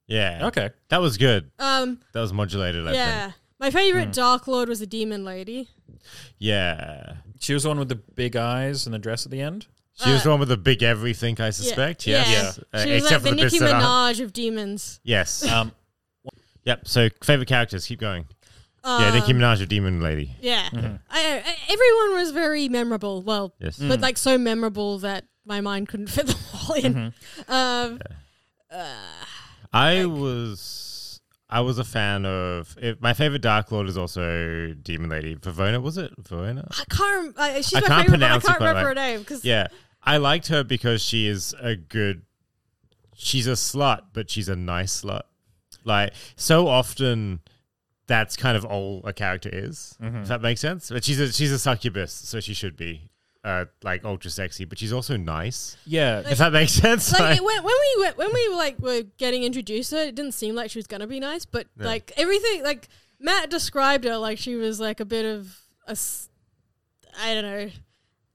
Speaker 1: Yeah.
Speaker 3: Okay.
Speaker 1: That was good.
Speaker 4: Um,
Speaker 1: That was modulated, I
Speaker 4: yeah.
Speaker 1: think.
Speaker 4: My
Speaker 1: Mm.
Speaker 4: favorite Dark Lord was the demon lady.
Speaker 1: Yeah.
Speaker 3: She was the one with the big eyes and the dress at the end.
Speaker 1: She was the one with the big everything, I suspect. Yes. Uh,
Speaker 4: Uh, She was like the Nicki
Speaker 1: bits that aren't.
Speaker 4: Minaj of demons.
Speaker 1: Yes.
Speaker 3: Um,
Speaker 1: yep. So, favorite characters, keep going. yeah, Nicki Minaj, a demon lady.
Speaker 4: Yeah.
Speaker 1: Mm-hmm.
Speaker 4: I, I, everyone was very memorable. Well,
Speaker 1: Yes.
Speaker 4: but like so memorable that my mind couldn't fit them all in.
Speaker 1: Mm-hmm.
Speaker 4: Um,
Speaker 1: I was I was a fan of it, my favorite Dark Lord is also Demon Lady Vivona. Was it Vivona?
Speaker 4: I can't. rem- I, she's
Speaker 1: I can't
Speaker 4: my favorite, but I
Speaker 1: pronounce it
Speaker 4: can't
Speaker 1: quite
Speaker 4: remember
Speaker 1: right.
Speaker 4: her name because
Speaker 1: Yeah, I liked her because she is a good. She's a slut, but she's a nice slut. Like so often, that's kind of all a character is. If that makes sense. But she's a she's a succubus, so she should be. Uh, like ultra sexy, but she's also nice.
Speaker 3: yeah.
Speaker 1: If that makes sense,
Speaker 4: like
Speaker 1: Like-
Speaker 4: it- when, when we went, when we like were getting introduced to her, it didn't seem like she was gonna be nice, but like everything, like Matt described her like she was like a bit of a, s- I don't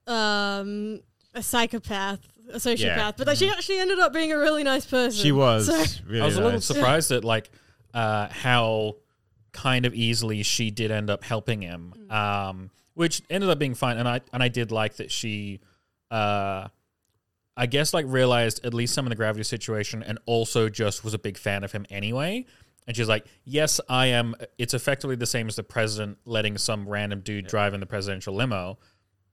Speaker 4: know, um, a psychopath, a sociopath,
Speaker 1: Yeah.
Speaker 4: but like she actually ended up being a really nice person.
Speaker 1: she was
Speaker 4: So,
Speaker 1: really.
Speaker 3: I was a little
Speaker 1: nice.
Speaker 3: surprised at like uh, how kind of easily she did end up helping him, um, which ended up being fine. And I and I did like that she, uh, I guess, like realized at least some of the gravity situation, and also just was a big fan of him anyway. And she's like, "Yes, I am." It's effectively the same as the president letting some random dude drive in the presidential limo,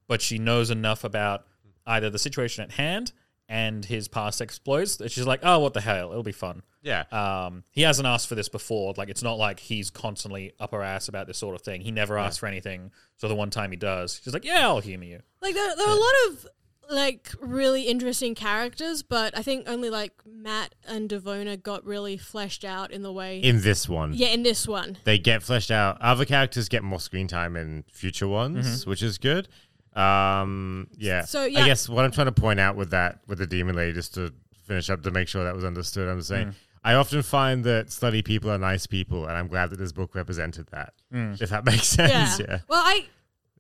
Speaker 3: but she knows enough about either the situation at hand and his past exploits that she's like, "Oh, what the hell? It'll be fun."
Speaker 1: Yeah,
Speaker 4: Uh,
Speaker 3: um, he hasn't asked for this before. Like, it's not like he's constantly up her ass about this sort of thing. He never asks for anything. So the one time he does, she's like, "Yeah, I'll humor you."
Speaker 4: like there, there are a lot of like really interesting characters, but I think only like Matt and Devona got really fleshed out in the way.
Speaker 1: in this one,
Speaker 4: yeah, in this one.
Speaker 1: they get fleshed out. Other characters get more screen time in future ones, which is good. Um, yeah.
Speaker 4: Mm-hmm. So,
Speaker 1: I
Speaker 4: yeah.
Speaker 1: guess what I'm trying to point out with that, with the demon lady, just to finish up to make sure that was understood. I'm saying
Speaker 4: Mm.
Speaker 1: I often find that slutty people are nice people, and I'm glad that this book represented that. If that makes
Speaker 4: Mm. Yeah.
Speaker 1: sense, yeah.
Speaker 4: Well, I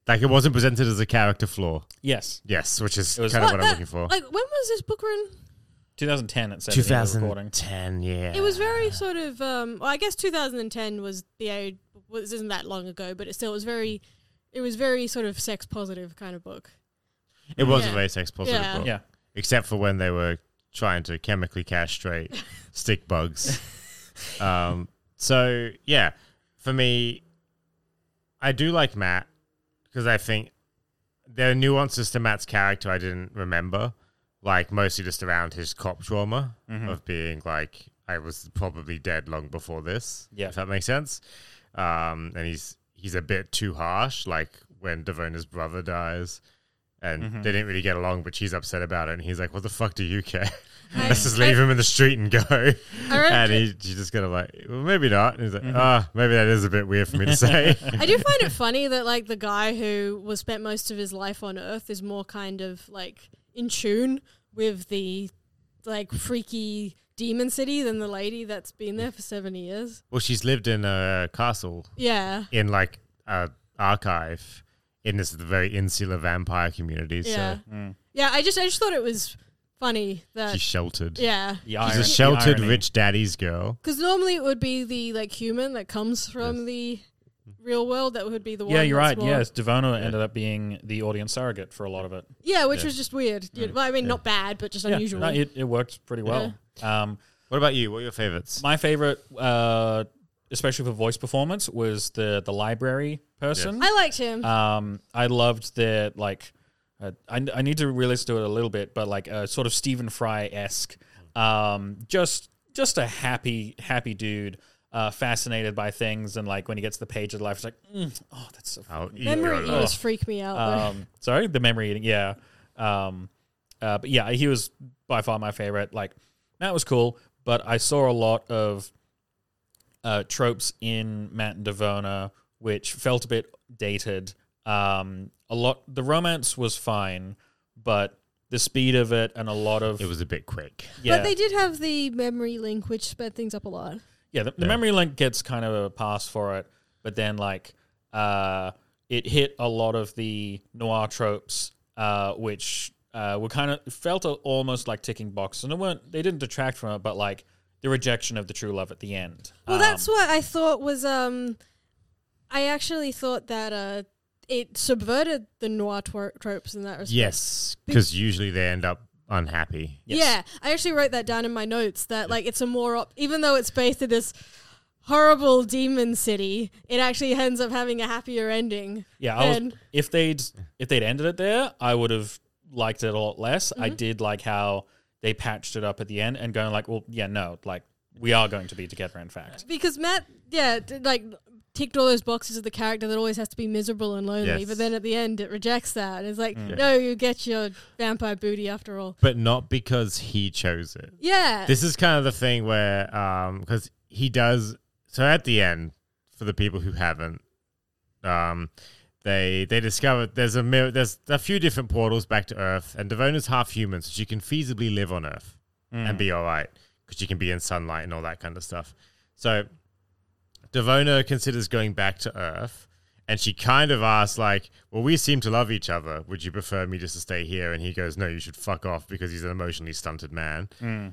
Speaker 1: Like it wasn't presented as a character flaw.
Speaker 3: Yes,
Speaker 1: Yes, which is
Speaker 3: It was-
Speaker 1: kind of
Speaker 4: But
Speaker 1: what I'm
Speaker 4: that-
Speaker 1: looking for.
Speaker 4: Like, when was this book written?
Speaker 3: 2010. It said in the recording.
Speaker 1: 2010, yeah.
Speaker 4: It was very sort of. Um, well, I guess 2010 was the age. Was isn't that long ago, but it still was very. It was very sort of sex positive kind of book.
Speaker 1: It was a
Speaker 4: Yeah.
Speaker 1: very sex positive
Speaker 4: Yeah.
Speaker 1: book,
Speaker 3: Yeah,
Speaker 1: except for when they were trying to chemically castrate stick bugs. Um, so yeah, for me, I do like Matt because I think there are nuances to Matt's character I didn't remember, like mostly just around his cop trauma of being like I was probably dead long before this.
Speaker 3: Yeah.
Speaker 1: if that makes sense. Um, and he's he's a bit too harsh, like when Devona's brother dies. And they didn't really get along, but she's upset about it. And he's like, "What the fuck do you care?
Speaker 4: I-
Speaker 1: Let's just leave
Speaker 4: I-
Speaker 1: him in the street and go."
Speaker 4: I wrote
Speaker 1: and
Speaker 4: it-
Speaker 1: he, she's just kind of like, well, maybe not. And he's like, ah, maybe that is a bit weird for me to say.
Speaker 4: I do find it funny that like the guy who was spent most of his life on Earth is more kind of like in tune with the like freaky demon city than the lady that's been there for seven years.
Speaker 1: well, she's lived in a castle
Speaker 4: Yeah.
Speaker 1: in like a archive in this very insular vampire community,
Speaker 4: Yeah.
Speaker 1: so
Speaker 4: Yeah. I just I just thought it was funny that
Speaker 1: she's sheltered.
Speaker 4: yeah.
Speaker 3: the
Speaker 1: She's
Speaker 3: iron-
Speaker 1: a
Speaker 3: the
Speaker 1: sheltered
Speaker 3: irony.
Speaker 1: rich daddy's girl.
Speaker 4: Because normally it would be the like human that comes from the real world that would be the one.
Speaker 3: Yeah, you're
Speaker 4: that's
Speaker 3: right.
Speaker 4: more-
Speaker 3: Yes, Devono ended up being the audience surrogate for a lot of it.
Speaker 4: Yeah, which was just weird. You- Well, I mean, not bad, but just
Speaker 3: Mm. Yeah,
Speaker 4: unusual.
Speaker 3: no, it, it worked pretty well. Um,
Speaker 1: What about you? What are your favorites?
Speaker 3: my favorite, uh, especially for voice performance, was the the library person.
Speaker 4: I liked him.
Speaker 3: Um, I loved the like. Uh, I I need to re-listen to it a little bit, but like uh, sort of Stephen Fry esque. Um, just just a happy happy dude, uh, fascinated by things, and like when he gets the page of life, it's like, mm, oh, that's so.
Speaker 1: I'll eat
Speaker 4: Memory
Speaker 1: your-
Speaker 4: eaters freak me out. though.
Speaker 3: Oh. Um, sorry, the memory eating. Yeah. Um, uh, but yeah, he was by far my favorite. Like Matt was cool, but I saw a lot of uh, tropes in Matt and Devona, which felt a bit dated. Um, a lot. The romance was fine, but the speed of it and a lot of
Speaker 1: It was a bit quick.
Speaker 3: yeah,
Speaker 4: But they did have the memory link, which sped things up a lot.
Speaker 3: yeah. The, the memory link gets kind of a pass for it, but then like uh, it hit a lot of the noir tropes, uh, which uh, were kind of felt a- almost like ticking boxes, and they weren't. They didn't detract from it, but like the rejection of the true love at the end.
Speaker 4: Well,
Speaker 3: Um,
Speaker 4: that's what I thought was. Um, I actually thought that uh, it subverted the noir tro- tropes in that respect.
Speaker 1: Yes, because usually they end up unhappy.
Speaker 3: Yes.
Speaker 4: Yeah, I actually wrote that down in my notes that like it's a more op- even though it's based in this horrible demon city, it actually ends up having a happier ending.
Speaker 3: Yeah, I was,
Speaker 4: And-
Speaker 3: if they'd if they'd ended it there, I would have liked it a lot less. I
Speaker 4: Mm-hmm.
Speaker 3: did like how they patched it up at the end and going like, well, yeah, no, like we are going to be together. In fact,
Speaker 4: Because Matt, yeah, d- like ticked all those boxes of the character that always has to be miserable and lonely,
Speaker 1: Yes. Mm.
Speaker 4: but then at the end it rejects that. It's like,
Speaker 1: Yeah.
Speaker 4: no, you get your vampire booty after all.
Speaker 1: But not because he chose it.
Speaker 4: Yeah.
Speaker 1: This is kind of the thing where, because he does. So at the end, for the people who haven't, um, they they discover there's a mir- there's a few different portals back to Earth, and Davona's half human, so she can feasibly live on Earth and be all right because she can be in sunlight and all that kind of stuff. So Davona considers going back to Earth, and she kind of asks, like, "Well, we seem to love each other. Would you prefer me just to stay here?" And he goes, "No, you should fuck off because he's an emotionally stunted man."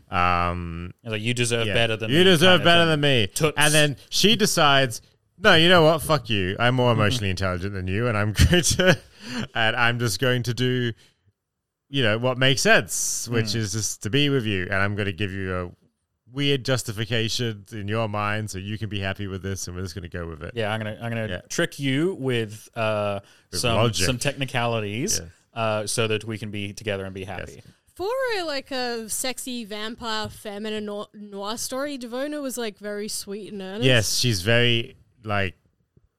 Speaker 1: Um,
Speaker 3: And, like you deserve
Speaker 1: yeah.
Speaker 3: better than
Speaker 1: you
Speaker 3: me
Speaker 1: deserve
Speaker 3: kind of
Speaker 1: better
Speaker 3: thing.
Speaker 1: than me.
Speaker 3: Toots.
Speaker 1: And then she decides, "No, you know what? Fuck you. I'm more emotionally intelligent than you, and I'm going to, and I'm just going to do." You know what makes sense, which
Speaker 3: Hmm.
Speaker 1: is just to be with you, and I'm going to give you a weird justification in your mind so you can be happy with this and we're just going to go with it.
Speaker 3: Yeah, I'm gonna I'm gonna
Speaker 1: Yeah.
Speaker 3: trick you with, uh, some
Speaker 1: logic.
Speaker 3: some technicalities,
Speaker 1: Yes.
Speaker 3: uh, so that we can be together and be happy.
Speaker 4: For a, like a sexy vampire feminine no- noir story, Devona was like very sweet and earnest.
Speaker 1: Yes, she's very like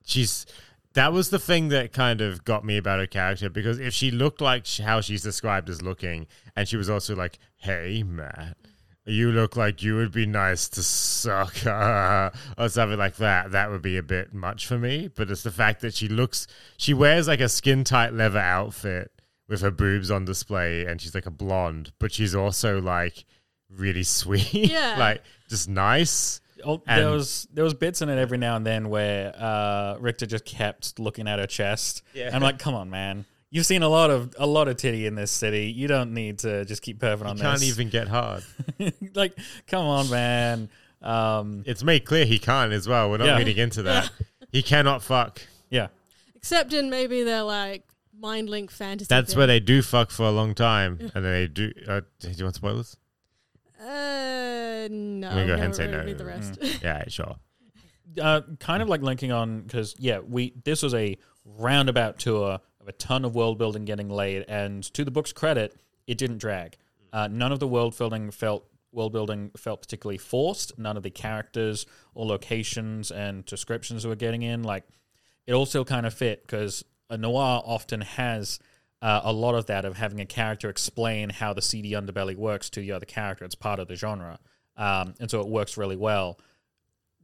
Speaker 1: she's that was the thing that kind of got me about her character because if she looked like sh- how she's described as looking and she was also like, "Hey, Matt, you look like you would be nice to suck," or something like that. That would be a bit much for me, but it's the fact that she looks she wears like a skin-tight leather outfit with her boobs on display and she's like a blonde, but she's also like really sweet.
Speaker 4: Yeah.
Speaker 1: like just nice.
Speaker 3: Oh,
Speaker 1: And-
Speaker 3: there was there was bits in it every now and then where uh, Richter just kept looking at her chest.
Speaker 1: Yeah.
Speaker 3: I'm like, come on, man. You've seen a lot of a lot of titty in this city. You don't need to just keep perving on
Speaker 1: Can't
Speaker 3: this.
Speaker 1: even get hard.
Speaker 3: even like, come on, man. Um,
Speaker 1: it's made clear he can't as well. We're not
Speaker 3: Yeah.
Speaker 1: reading into that. he cannot fuck.
Speaker 3: yeah,
Speaker 4: Except in maybe their like mind link fantasy.
Speaker 1: That's
Speaker 4: thing.
Speaker 1: where they do fuck for a long time, and then they do. Uh, do you want spoilers?
Speaker 4: Uh, no.
Speaker 1: I'm gonna go ahead
Speaker 4: we
Speaker 1: and
Speaker 4: haven't
Speaker 1: say
Speaker 4: really
Speaker 1: no.
Speaker 4: Read the rest.
Speaker 1: Yeah, sure.
Speaker 3: uh, kind of like linking on because yeah, we this was a roundabout tour of a ton of world building getting laid, and to the book's credit, it didn't drag. Uh, none of the world building felt world building felt particularly forced. None of the characters or locations and descriptions we were getting in like it all still kind of fit because a noir often has uh, a lot of that of having a character explain how the seedy underbelly works to the other character. It's part of the genre, um, and so it works really well.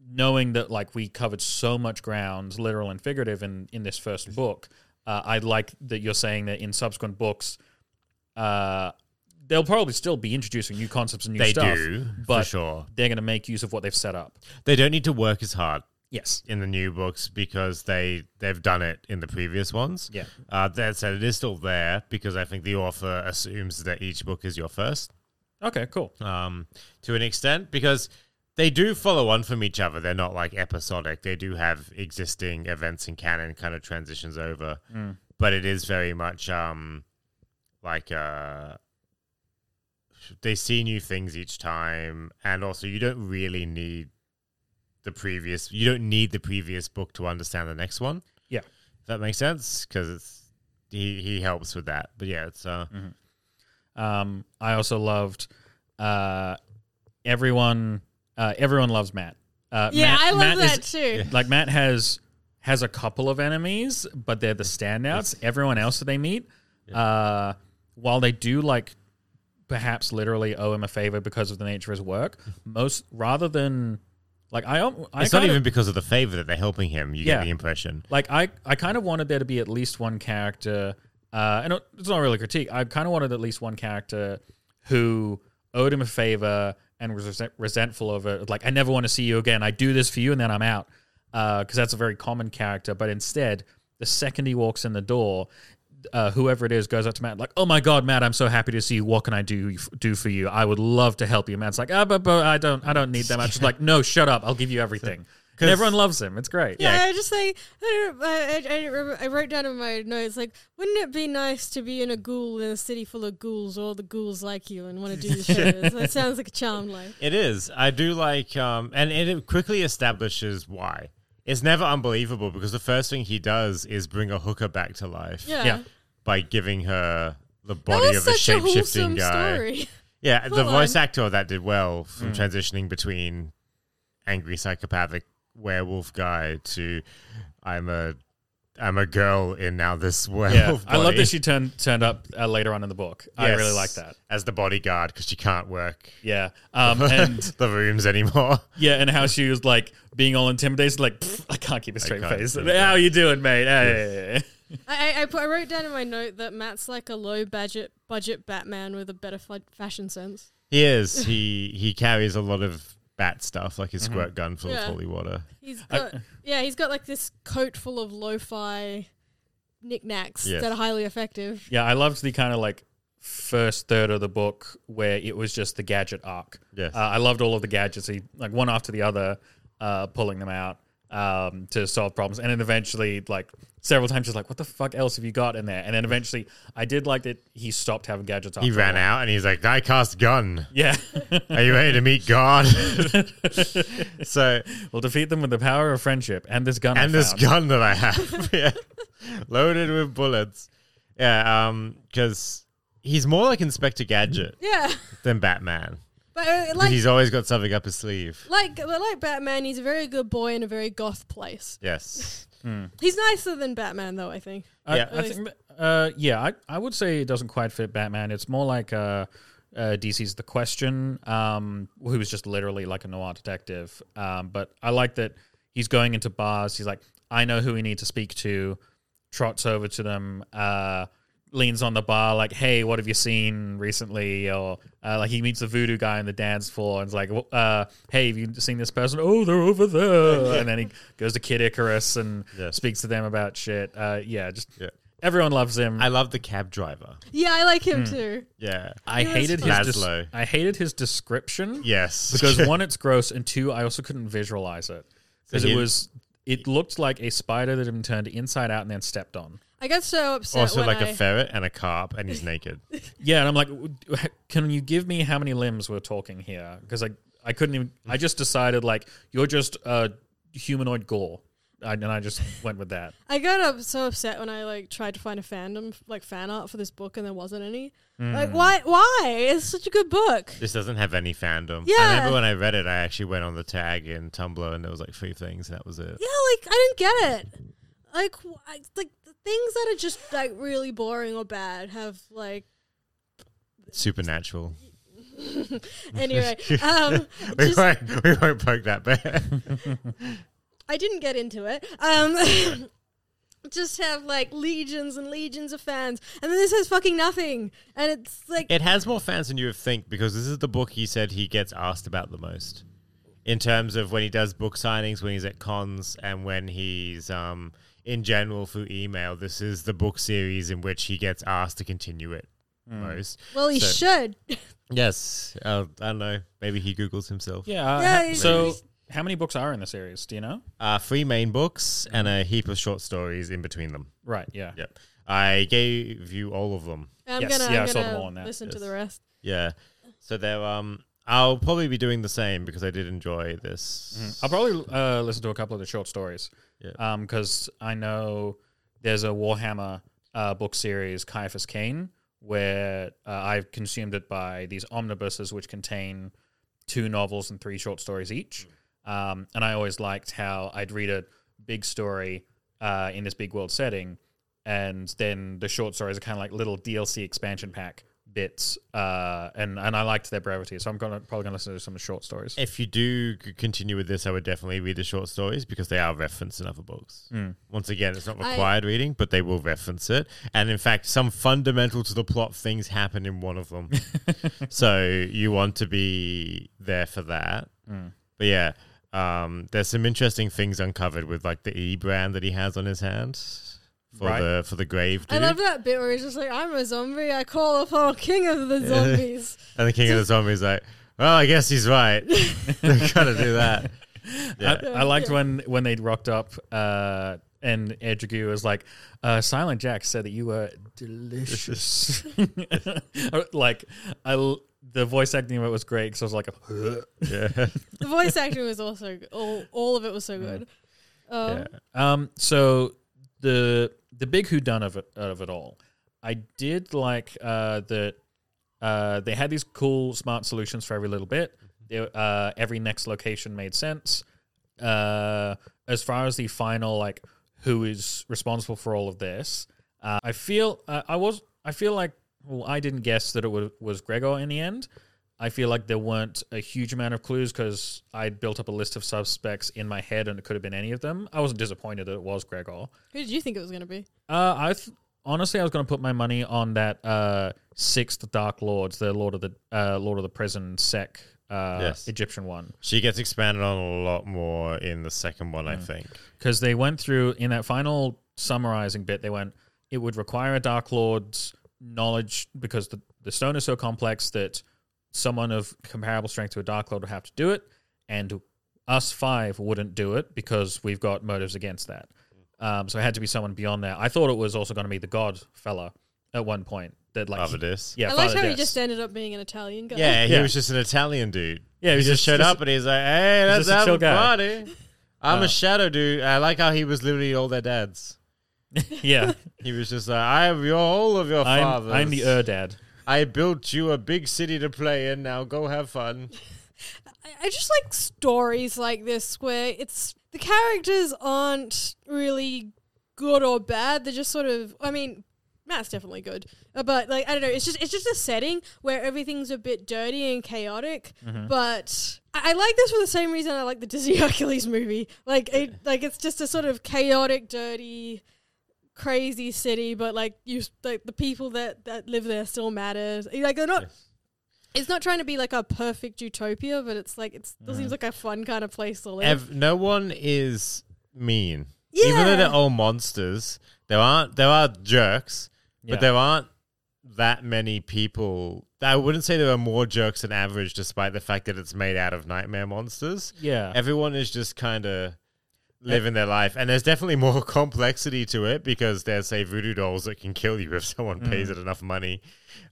Speaker 3: Knowing that, like, we covered so much ground, literal and figurative, in in this first
Speaker 1: Mm-hmm.
Speaker 3: book, uh, I like that you're saying that in subsequent books, uh, they'll probably still be introducing new concepts and new
Speaker 1: They
Speaker 3: stuff.
Speaker 1: do,
Speaker 3: but
Speaker 1: for sure.
Speaker 3: They're going to make use of what they've set up.
Speaker 1: They don't need to work as hard
Speaker 3: Yes.
Speaker 1: in the new books because they they've done it in the previous ones.
Speaker 3: Yeah.
Speaker 1: Uh, that said, it is still there because I think the author assumes that each book is your first.
Speaker 3: Okay. Cool.
Speaker 1: um, to an extent because they do follow on from each other. They're not like episodic. They do have existing events in canon kind of transitions over,
Speaker 3: Mm.
Speaker 1: but it is very much um, like uh, they see new things each time, and also you don't really need the previous. You don't need the previous book to understand the next one.
Speaker 3: Yeah.
Speaker 1: If that makes sense because it's he he helps with that. But yeah, it's uh,
Speaker 3: Mm-hmm. Um, I also loved uh, everyone. Uh, everyone loves Matt. Uh,
Speaker 4: yeah,
Speaker 3: Matt-
Speaker 4: I love
Speaker 3: Matt
Speaker 4: that
Speaker 3: is-
Speaker 4: too.
Speaker 3: Like Matt has has a couple of enemies, but they're the standouts. Everyone else that they meet, uh, while they do like perhaps literally owe him a favor because of the nature of his work, most rather than like I, al- I
Speaker 1: it's not
Speaker 3: kind of-
Speaker 1: even because of the favor that they're helping him. You
Speaker 3: Yeah.
Speaker 1: get the impression.
Speaker 3: Like I, I kind of wanted there to be at least one character, uh, and it's not really critique. I kind of wanted at least one character who owed him a favor and was resent- resentful of it. Like I never want to see you again. I do this for you, and then I'm out. Uh, Because that's a very common character. But instead, the second he walks in the door, th- uh, whoever it is goes up to Matt like, "Oh my god, Matt, I'm so happy to see you. What can I do do for you? I would love to help you." Matt's like, "Ah, but, but I don't, I don't need that much." It's like, "No, shut up. I'll give you everything." And everyone loves him. It's great.
Speaker 4: Yeah, I just like I don't. I, I, I, don't remember- I wrote down in my notes like, wouldn't it be nice to be in a ghoul in a city full of ghouls, all the ghouls like you, and want to do the shows? that sounds like a charm life.
Speaker 1: It is. I do like, um, and it quickly establishes why. It's never unbelievable because the first thing he does is bring a hooker back to life
Speaker 4: Yeah,
Speaker 3: Yeah.
Speaker 1: by giving her the
Speaker 4: that
Speaker 1: body
Speaker 4: was
Speaker 1: of a
Speaker 4: such a
Speaker 1: shape
Speaker 4: wholesome
Speaker 1: shifting guy.
Speaker 4: story.
Speaker 1: Yeah, the
Speaker 4: Full
Speaker 1: voice
Speaker 4: on.
Speaker 1: actor that did well
Speaker 3: Mm.
Speaker 1: from transitioning between angry psychopathic werewolf guy to I'm a I'm a girl in now this
Speaker 3: Yeah,
Speaker 1: werewolf.
Speaker 3: I love
Speaker 1: body.
Speaker 3: that she turned turned up uh, later on in the book. I
Speaker 1: Oh, Yes,
Speaker 3: really like that.
Speaker 1: as the bodyguard because she can't work
Speaker 3: Yeah, um, and
Speaker 1: the rooms anymore.
Speaker 3: yeah, and how she was like being all intimidated, like "Pfft, I can't keep a straight
Speaker 1: can't
Speaker 3: face.
Speaker 1: do
Speaker 3: How
Speaker 1: that.
Speaker 3: are you doing, mate? Hey.
Speaker 4: I, I- I, put, I wrote down in my note that Matt's like a low budget budget Batman with a better fa- fashion sense.
Speaker 1: He is. He he carries a lot of bat stuff, like his
Speaker 3: Mm-hmm.
Speaker 1: squirt gun full
Speaker 4: Yeah.
Speaker 1: of holy water.
Speaker 4: He's
Speaker 3: I-
Speaker 4: got yeah, he's got like this coat full of lo-fi knickknacks
Speaker 1: Yes.
Speaker 4: that are highly effective.
Speaker 3: Yeah, I loved the kind of like first third of the book where it was just the gadget arc.
Speaker 1: Yes.
Speaker 3: Uh, I loved all of the gadgets, he, like one after the other, uh, pulling them out um, to solve problems, and then eventually, like several times, just like, what the fuck else have you got in there? And then eventually, I did like that he stopped having gadgets.
Speaker 1: He
Speaker 3: after a
Speaker 1: ran
Speaker 3: while.
Speaker 1: out and he's like, "I cast gun.
Speaker 3: Yeah,
Speaker 1: Are you ready to meet God?" so
Speaker 3: we'll defeat them with the power of friendship and this gun. I
Speaker 1: and this
Speaker 3: found.
Speaker 1: gun that I have, yeah, loaded with bullets. Yeah, um, because he's more like Inspector Gadget
Speaker 4: Yeah,
Speaker 1: than Batman.
Speaker 4: but uh,
Speaker 1: 'Cause
Speaker 4: like
Speaker 1: he's always got something up his sleeve.
Speaker 4: like but like Batman, he's a very good boy in a very goth place.
Speaker 1: Yes.
Speaker 4: He's nicer than Batman though, I think.
Speaker 3: I,
Speaker 1: Yeah.
Speaker 3: I think, uh, yeah, I, I would say it doesn't quite fit Batman. It's more like uh, uh, DC's The Question, um, who was just literally like a noir detective. Um, but I like that he's going into bars. He's like, I know who we need to speak to. Trots over to them, uh, leans on the bar, like, "Hey, what have you seen recently?" Or uh, like he meets the voodoo guy on the dance floor, and it's like, "Wh- uh, "Hey, have you seen this person? Oh, they're over there." and then he goes to Kid Icarus and
Speaker 1: Yes.
Speaker 3: speaks to them about shit. Uh, yeah, just
Speaker 1: Yeah.
Speaker 3: everyone loves him.
Speaker 1: I
Speaker 3: I,
Speaker 1: love the cab driver.
Speaker 4: Yeah, I like
Speaker 1: Hmm.
Speaker 4: him too.
Speaker 1: Yeah.
Speaker 3: hated his
Speaker 1: fun.
Speaker 3: des-
Speaker 1: Laszlo.
Speaker 3: I hated his description
Speaker 1: Yes.
Speaker 3: because one, it's gross, and two, I also couldn't visualize it because
Speaker 1: So
Speaker 3: it
Speaker 1: you-
Speaker 3: was it looked like a spider that had been turned inside out and then stepped on.
Speaker 4: I got so upset
Speaker 1: also
Speaker 4: when
Speaker 1: like a
Speaker 4: I-
Speaker 1: ferret and a carp, and he's naked.
Speaker 3: Yeah, and I'm like, w- w- can you give me how many limbs we're talking here? Because I I couldn't even.
Speaker 1: Mm.
Speaker 3: I just decided like you're just a humanoid gore, I, and I just went with that.
Speaker 4: I got up so upset when I like tried to find a fandom like fan art for this book and there wasn't any. Like
Speaker 1: Hmm.
Speaker 4: why why? It's such a good book.
Speaker 1: This doesn't have any fandom. I
Speaker 4: Yeah.
Speaker 1: remember when I read it, I actually went on the tag in Tumblr, and there was like three things, and that was it.
Speaker 4: Yeah, like I didn't get it. Like wh- I, like the things that are just like really boring or bad have like
Speaker 1: Supernatural.
Speaker 4: anyway. Um,
Speaker 1: We
Speaker 4: just-
Speaker 1: won't, we won't poke that bear.
Speaker 4: I didn't get into it. Um, just have like legions and legions of fans, and then this has fucking nothing, and it's like
Speaker 1: It has more fans than you would think because this is the book he said he gets asked about the most in terms of when he does book signings, when he's at cons, and when he's um, in general through email. This is the book series in which he gets asked to continue it most.
Speaker 4: well, he
Speaker 1: so-
Speaker 4: should.
Speaker 1: Yes, uh, I don't know. Maybe he Googles himself.
Speaker 3: Yeah.
Speaker 4: Yeah,
Speaker 3: ha-
Speaker 4: it
Speaker 3: so
Speaker 4: is.
Speaker 3: how many books are in the series? Do you know?
Speaker 1: Uh, three main books and a heap of short stories in between them.
Speaker 3: Right. Yeah.
Speaker 1: Yep. I gave you all of them.
Speaker 4: I'm
Speaker 3: Yes,
Speaker 4: gonna,
Speaker 3: yeah, I
Speaker 4: I'm
Speaker 3: saw them all in
Speaker 4: gonna
Speaker 3: that.
Speaker 4: listen to
Speaker 1: Yes.
Speaker 4: the rest.
Speaker 1: Yeah. So they're um I'll probably be doing the same because I did enjoy this.
Speaker 3: I'll probably uh, listen to a couple of the short stories
Speaker 1: Yeah.
Speaker 3: because I know there's a Warhammer uh, book series, Caiaphas Kane, where uh, I've consumed it by these omnibuses, which contain two novels and three short stories each. Um, and I always liked how I'd read a big story uh, in this big world setting, and then the short stories are kind of like little DLC expansion pack bits. Uh, and, and I liked their brevity, so I'm gonna probably going to listen to some of the short stories.
Speaker 1: If you do c- continue with this, I would definitely read the short stories because they are referenced in other books. Once again, it's not
Speaker 4: I-
Speaker 1: required reading, but they will reference it. And in fact, some fundamental to the plot things happen in one of them. so you want to be there for that. But yeah, um, there's some interesting things uncovered with like the E brand that he has on his hand for
Speaker 3: Right.
Speaker 1: the for the grave
Speaker 4: I
Speaker 1: dude
Speaker 4: love that bit where he's just like, I'm a zombie, I call upon King of the Zombies.
Speaker 1: and the king of the zombies like well i guess he's right they've got to do that yeah
Speaker 3: I, I liked when when they rocked up uh, and Edrigu was like, uh, Silent Jack said that you were delicious. like, I, l- the voice acting of it was great because I was like,
Speaker 1: yeah
Speaker 4: the voice acting was also g- all all of it was so good. Um,
Speaker 3: Yeah. Um. So the the big who done of it of it all, I did like uh that uh they had these cool smart solutions for every little bit. They, uh, every next location made sense. Uh, as far as the final like who is responsible for all of this, uh, I feel uh, I was I feel like well I didn't guess that it was, was Gregor in the end. I feel like there weren't a huge amount of clues because I'd built up a list of suspects in my head and it could have been any of them. I wasn't disappointed that it was Gregor.
Speaker 4: Who did you think it was going to be?
Speaker 3: Uh, I th- honestly, I was going to put my money on that uh, sixth Dark Lords, the Lord of the uh, Lord of the Prison Sec uh,
Speaker 1: Yes.
Speaker 3: Egyptian one,
Speaker 1: she gets expanded on a lot more in the second one i
Speaker 3: Mm.
Speaker 1: think
Speaker 3: because they went through in that final summarizing bit. They went, it would require a Dark Lord's knowledge because the the stone is so complex that someone of comparable strength to a Dark Lord would have to do it, and us five wouldn't do it because we've got motives against that. Um, so it had to be someone beyond that. I thought it was also going to be the God fella at one point that like
Speaker 1: Father Dis.
Speaker 3: Yeah,
Speaker 4: I liked
Speaker 3: Father
Speaker 4: how he
Speaker 3: Dis.
Speaker 4: just ended up being an Italian guy.
Speaker 1: Yeah, he
Speaker 3: Yeah.
Speaker 1: was just an Italian dude. he,
Speaker 3: Yeah, he was
Speaker 1: just
Speaker 3: just-
Speaker 1: showed
Speaker 3: just-
Speaker 1: up and he's like, "Hey,
Speaker 3: was
Speaker 1: let's
Speaker 3: just a
Speaker 1: have
Speaker 3: chill
Speaker 1: a
Speaker 3: guy."
Speaker 1: party." I'm
Speaker 3: Uh.
Speaker 1: a shadow dude. I like how he was literally all their dads.
Speaker 3: yeah.
Speaker 1: He was just like, "I have your all of your
Speaker 3: I'm,
Speaker 1: fathers.
Speaker 3: I'm the Ur dad.
Speaker 1: I built you a big city to play in. Now go have fun."
Speaker 4: I- I just like stories like this where it's the characters aren't really good or bad. They're just sort of. I mean, Matt's definitely good, Uh, but like I don't know. It's just it's just a setting where everything's a bit dirty and chaotic. But I, I like this for the same reason I like the Disney Hercules movie. Like it, like it's just a sort of chaotic, dirty. Crazy city, but like you, like the people that that live there still matter. Like they're not it's not trying to be like a perfect utopia, but it's like it's, it seems like a fun kind of place to live.
Speaker 1: Ev- no one is mean. Even
Speaker 4: Yeah.
Speaker 1: though they're all monsters, there aren't there are jerks,
Speaker 3: Yeah.
Speaker 1: but there aren't that many people. I wouldn't say there are more jerks than average, despite the fact that it's made out of nightmare monsters.
Speaker 3: Yeah.
Speaker 1: Everyone is just kind of living their life, and there's definitely more complexity to it because there's say voodoo dolls that can kill you if someone
Speaker 3: Mm.
Speaker 1: pays it enough money.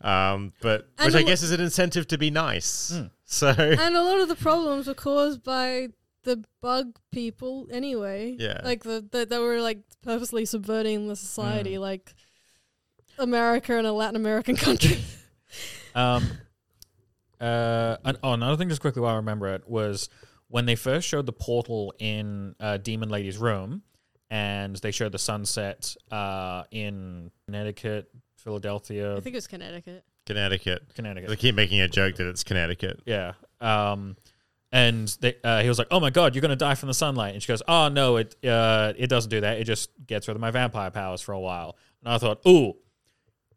Speaker 1: Um, but
Speaker 4: And
Speaker 1: which I
Speaker 4: a lo-
Speaker 1: guess is an incentive to be nice.
Speaker 3: Mm.
Speaker 1: So
Speaker 4: and a lot of the problems were caused by the bug people anyway.
Speaker 1: Yeah.
Speaker 4: Like the, the they were like purposely subverting the
Speaker 3: Mm.
Speaker 4: society, like America and a Latin American country.
Speaker 3: Um, uh, and, oh, another thing, just quickly while I remember it, was when they first showed the portal in uh, Demon Lady's room, and they showed the sunset uh, in Connecticut, Philadelphia,
Speaker 4: I think it was Connecticut.
Speaker 1: Connecticut.
Speaker 3: Connecticut.
Speaker 1: They keep making a joke that it's Connecticut.
Speaker 3: Yeah. Um, and they, uh, he was like, "Oh my god, you're gonna die from the sunlight." And she goes, "Oh no, it uh, it doesn't do that. It just gets rid of my vampire powers for a while." And I thought, "Ooh,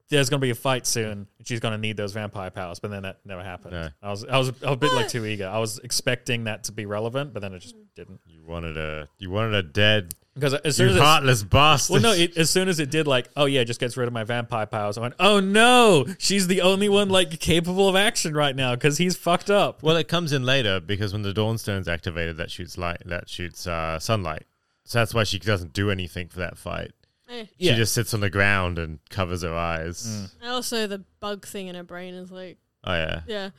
Speaker 3: there's gonna be a fight soon. and She's gonna need those vampire powers." But then that never happened.
Speaker 1: No.
Speaker 3: I was I was a bit like too eager. I was expecting that to be relevant, but then it just didn't.
Speaker 1: You wanted a you wanted a dead
Speaker 3: Because as soon
Speaker 1: you
Speaker 3: as it-
Speaker 1: heartless
Speaker 3: well,
Speaker 1: bastard.
Speaker 3: no, it, as soon as it did, like, oh yeah, it just gets rid of my vampire powers. I went, oh no, she's the only one like capable of action right now because he's fucked up.
Speaker 1: well, it comes in later because when the Dawnstone's activated, that shoots light. That shoots uh, sunlight. So that's why she doesn't do anything for that fight.
Speaker 4: Eh.
Speaker 3: Yeah. Mm.
Speaker 1: She just sits on the ground and covers her eyes.
Speaker 4: And also the bug thing in her brain is like
Speaker 1: Oh yeah.
Speaker 4: yeah,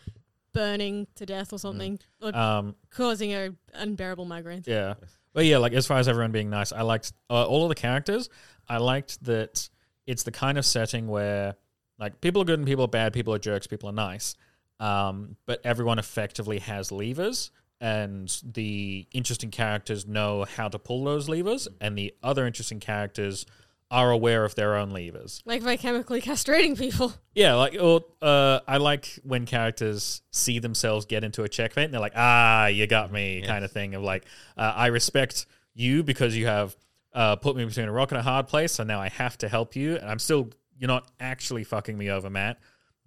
Speaker 4: burning to death
Speaker 3: Mm.
Speaker 4: or something, or
Speaker 3: Um,
Speaker 4: causing her unbearable migraines.
Speaker 3: Yeah. But yeah, like as far as everyone being nice, I liked uh, all of the characters. I liked that it's the kind of setting where like people are good and people are bad, people are jerks, people are nice. Um, but everyone effectively has levers and the interesting characters know how to pull those levers and the other interesting characters are aware of their own levers.
Speaker 4: Like by chemically castrating people.
Speaker 3: Yeah, like or, uh, I like when characters see themselves get into a checkmate and they're like, "Ah, you got me," kind of thing. Of like, uh, I respect you because you have uh, put me between a rock and a hard place, so now I have to help you. And I'm still, you're not actually fucking me over, Matt,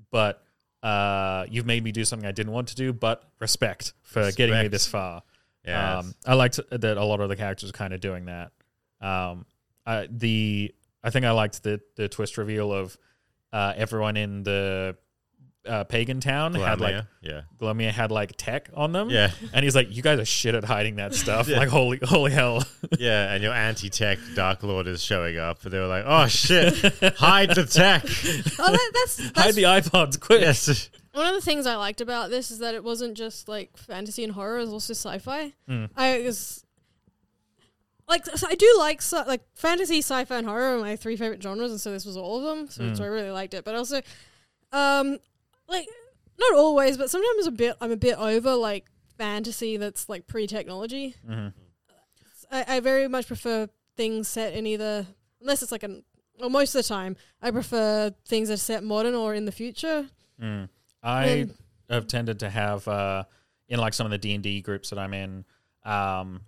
Speaker 3: but uh, you've made me do something I didn't want to do. But respect for getting me
Speaker 1: Respect.
Speaker 3: this far.
Speaker 1: Yes.
Speaker 3: Um, I liked that a lot of the characters are kind of doing that. Um, uh, the I think I liked the the twist reveal of uh, everyone in the uh, pagan town had like
Speaker 1: Glamia, yeah.
Speaker 3: Glomia had like tech on them.
Speaker 1: Yeah.
Speaker 3: And he's like, You guys are shit at hiding that stuff.
Speaker 1: Yeah.
Speaker 3: Like holy holy hell.
Speaker 1: Yeah, and your anti-tech Dark Lord is showing up. And they were like, oh, shit, hide the tech.
Speaker 4: Oh, that, that's,
Speaker 3: Hide
Speaker 4: that's
Speaker 3: the iPods quick.
Speaker 1: Yes.
Speaker 4: one of the things I liked about this is that it wasn't just like fantasy and horror; it was also sci-fi. I was like, so I do like sci- like fantasy, sci-fi, and horror are my three favorite genres, and so this was all of them. So, so I really liked it. But also, um, like not always, but sometimes a bit. I'm a bit over like fantasy that's like pre-technology. I, I very much prefer things set in either unless it's like an well, most of the time I prefer things that are set modern or in the future.
Speaker 3: Mm. I
Speaker 4: And-
Speaker 3: have tended to have uh, in like some of the D and D groups that I'm in, um,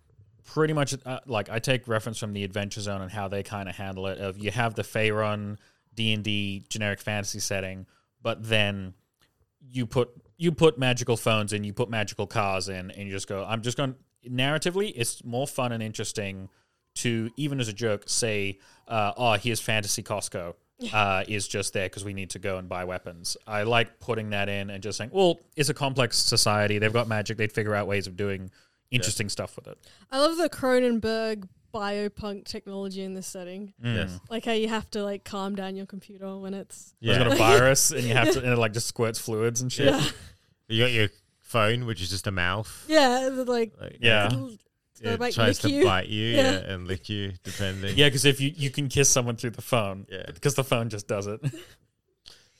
Speaker 3: pretty much uh, like I take reference from the Adventure Zone and how they kind of handle it. Of you have the Feyrun D and D generic fantasy setting, but then you put you put magical phones in, you put magical cars in, and you just go. I'm just going narratively. It's more fun and interesting to even as a joke say, uh, "Oh, here's fantasy Costco." Uh, is just there because we need to go and buy weapons. I like putting that in and just saying, well, it's a complex society. They've got magic. They'd figure out ways of doing interesting stuff with it.
Speaker 4: I love the Cronenberg biopunk technology in this setting.
Speaker 1: Yes.
Speaker 4: Like how you have to like calm down your computer when it's
Speaker 1: Yeah.
Speaker 3: There's got a virus and you have to, and it like just squirts fluids and shit.
Speaker 4: yeah,
Speaker 1: You got your phone, which is just a mouth.
Speaker 4: yeah, it's like
Speaker 1: Like,
Speaker 3: Yeah.
Speaker 4: it'll-
Speaker 1: It,
Speaker 4: it'll, like,
Speaker 1: tries
Speaker 4: lick
Speaker 1: to
Speaker 4: you.
Speaker 1: bite you yeah.
Speaker 4: Yeah.
Speaker 1: and lick you, depending.
Speaker 3: Yeah, because if you, you can kiss someone through the phone,
Speaker 1: Yeah.
Speaker 3: because the phone just does it.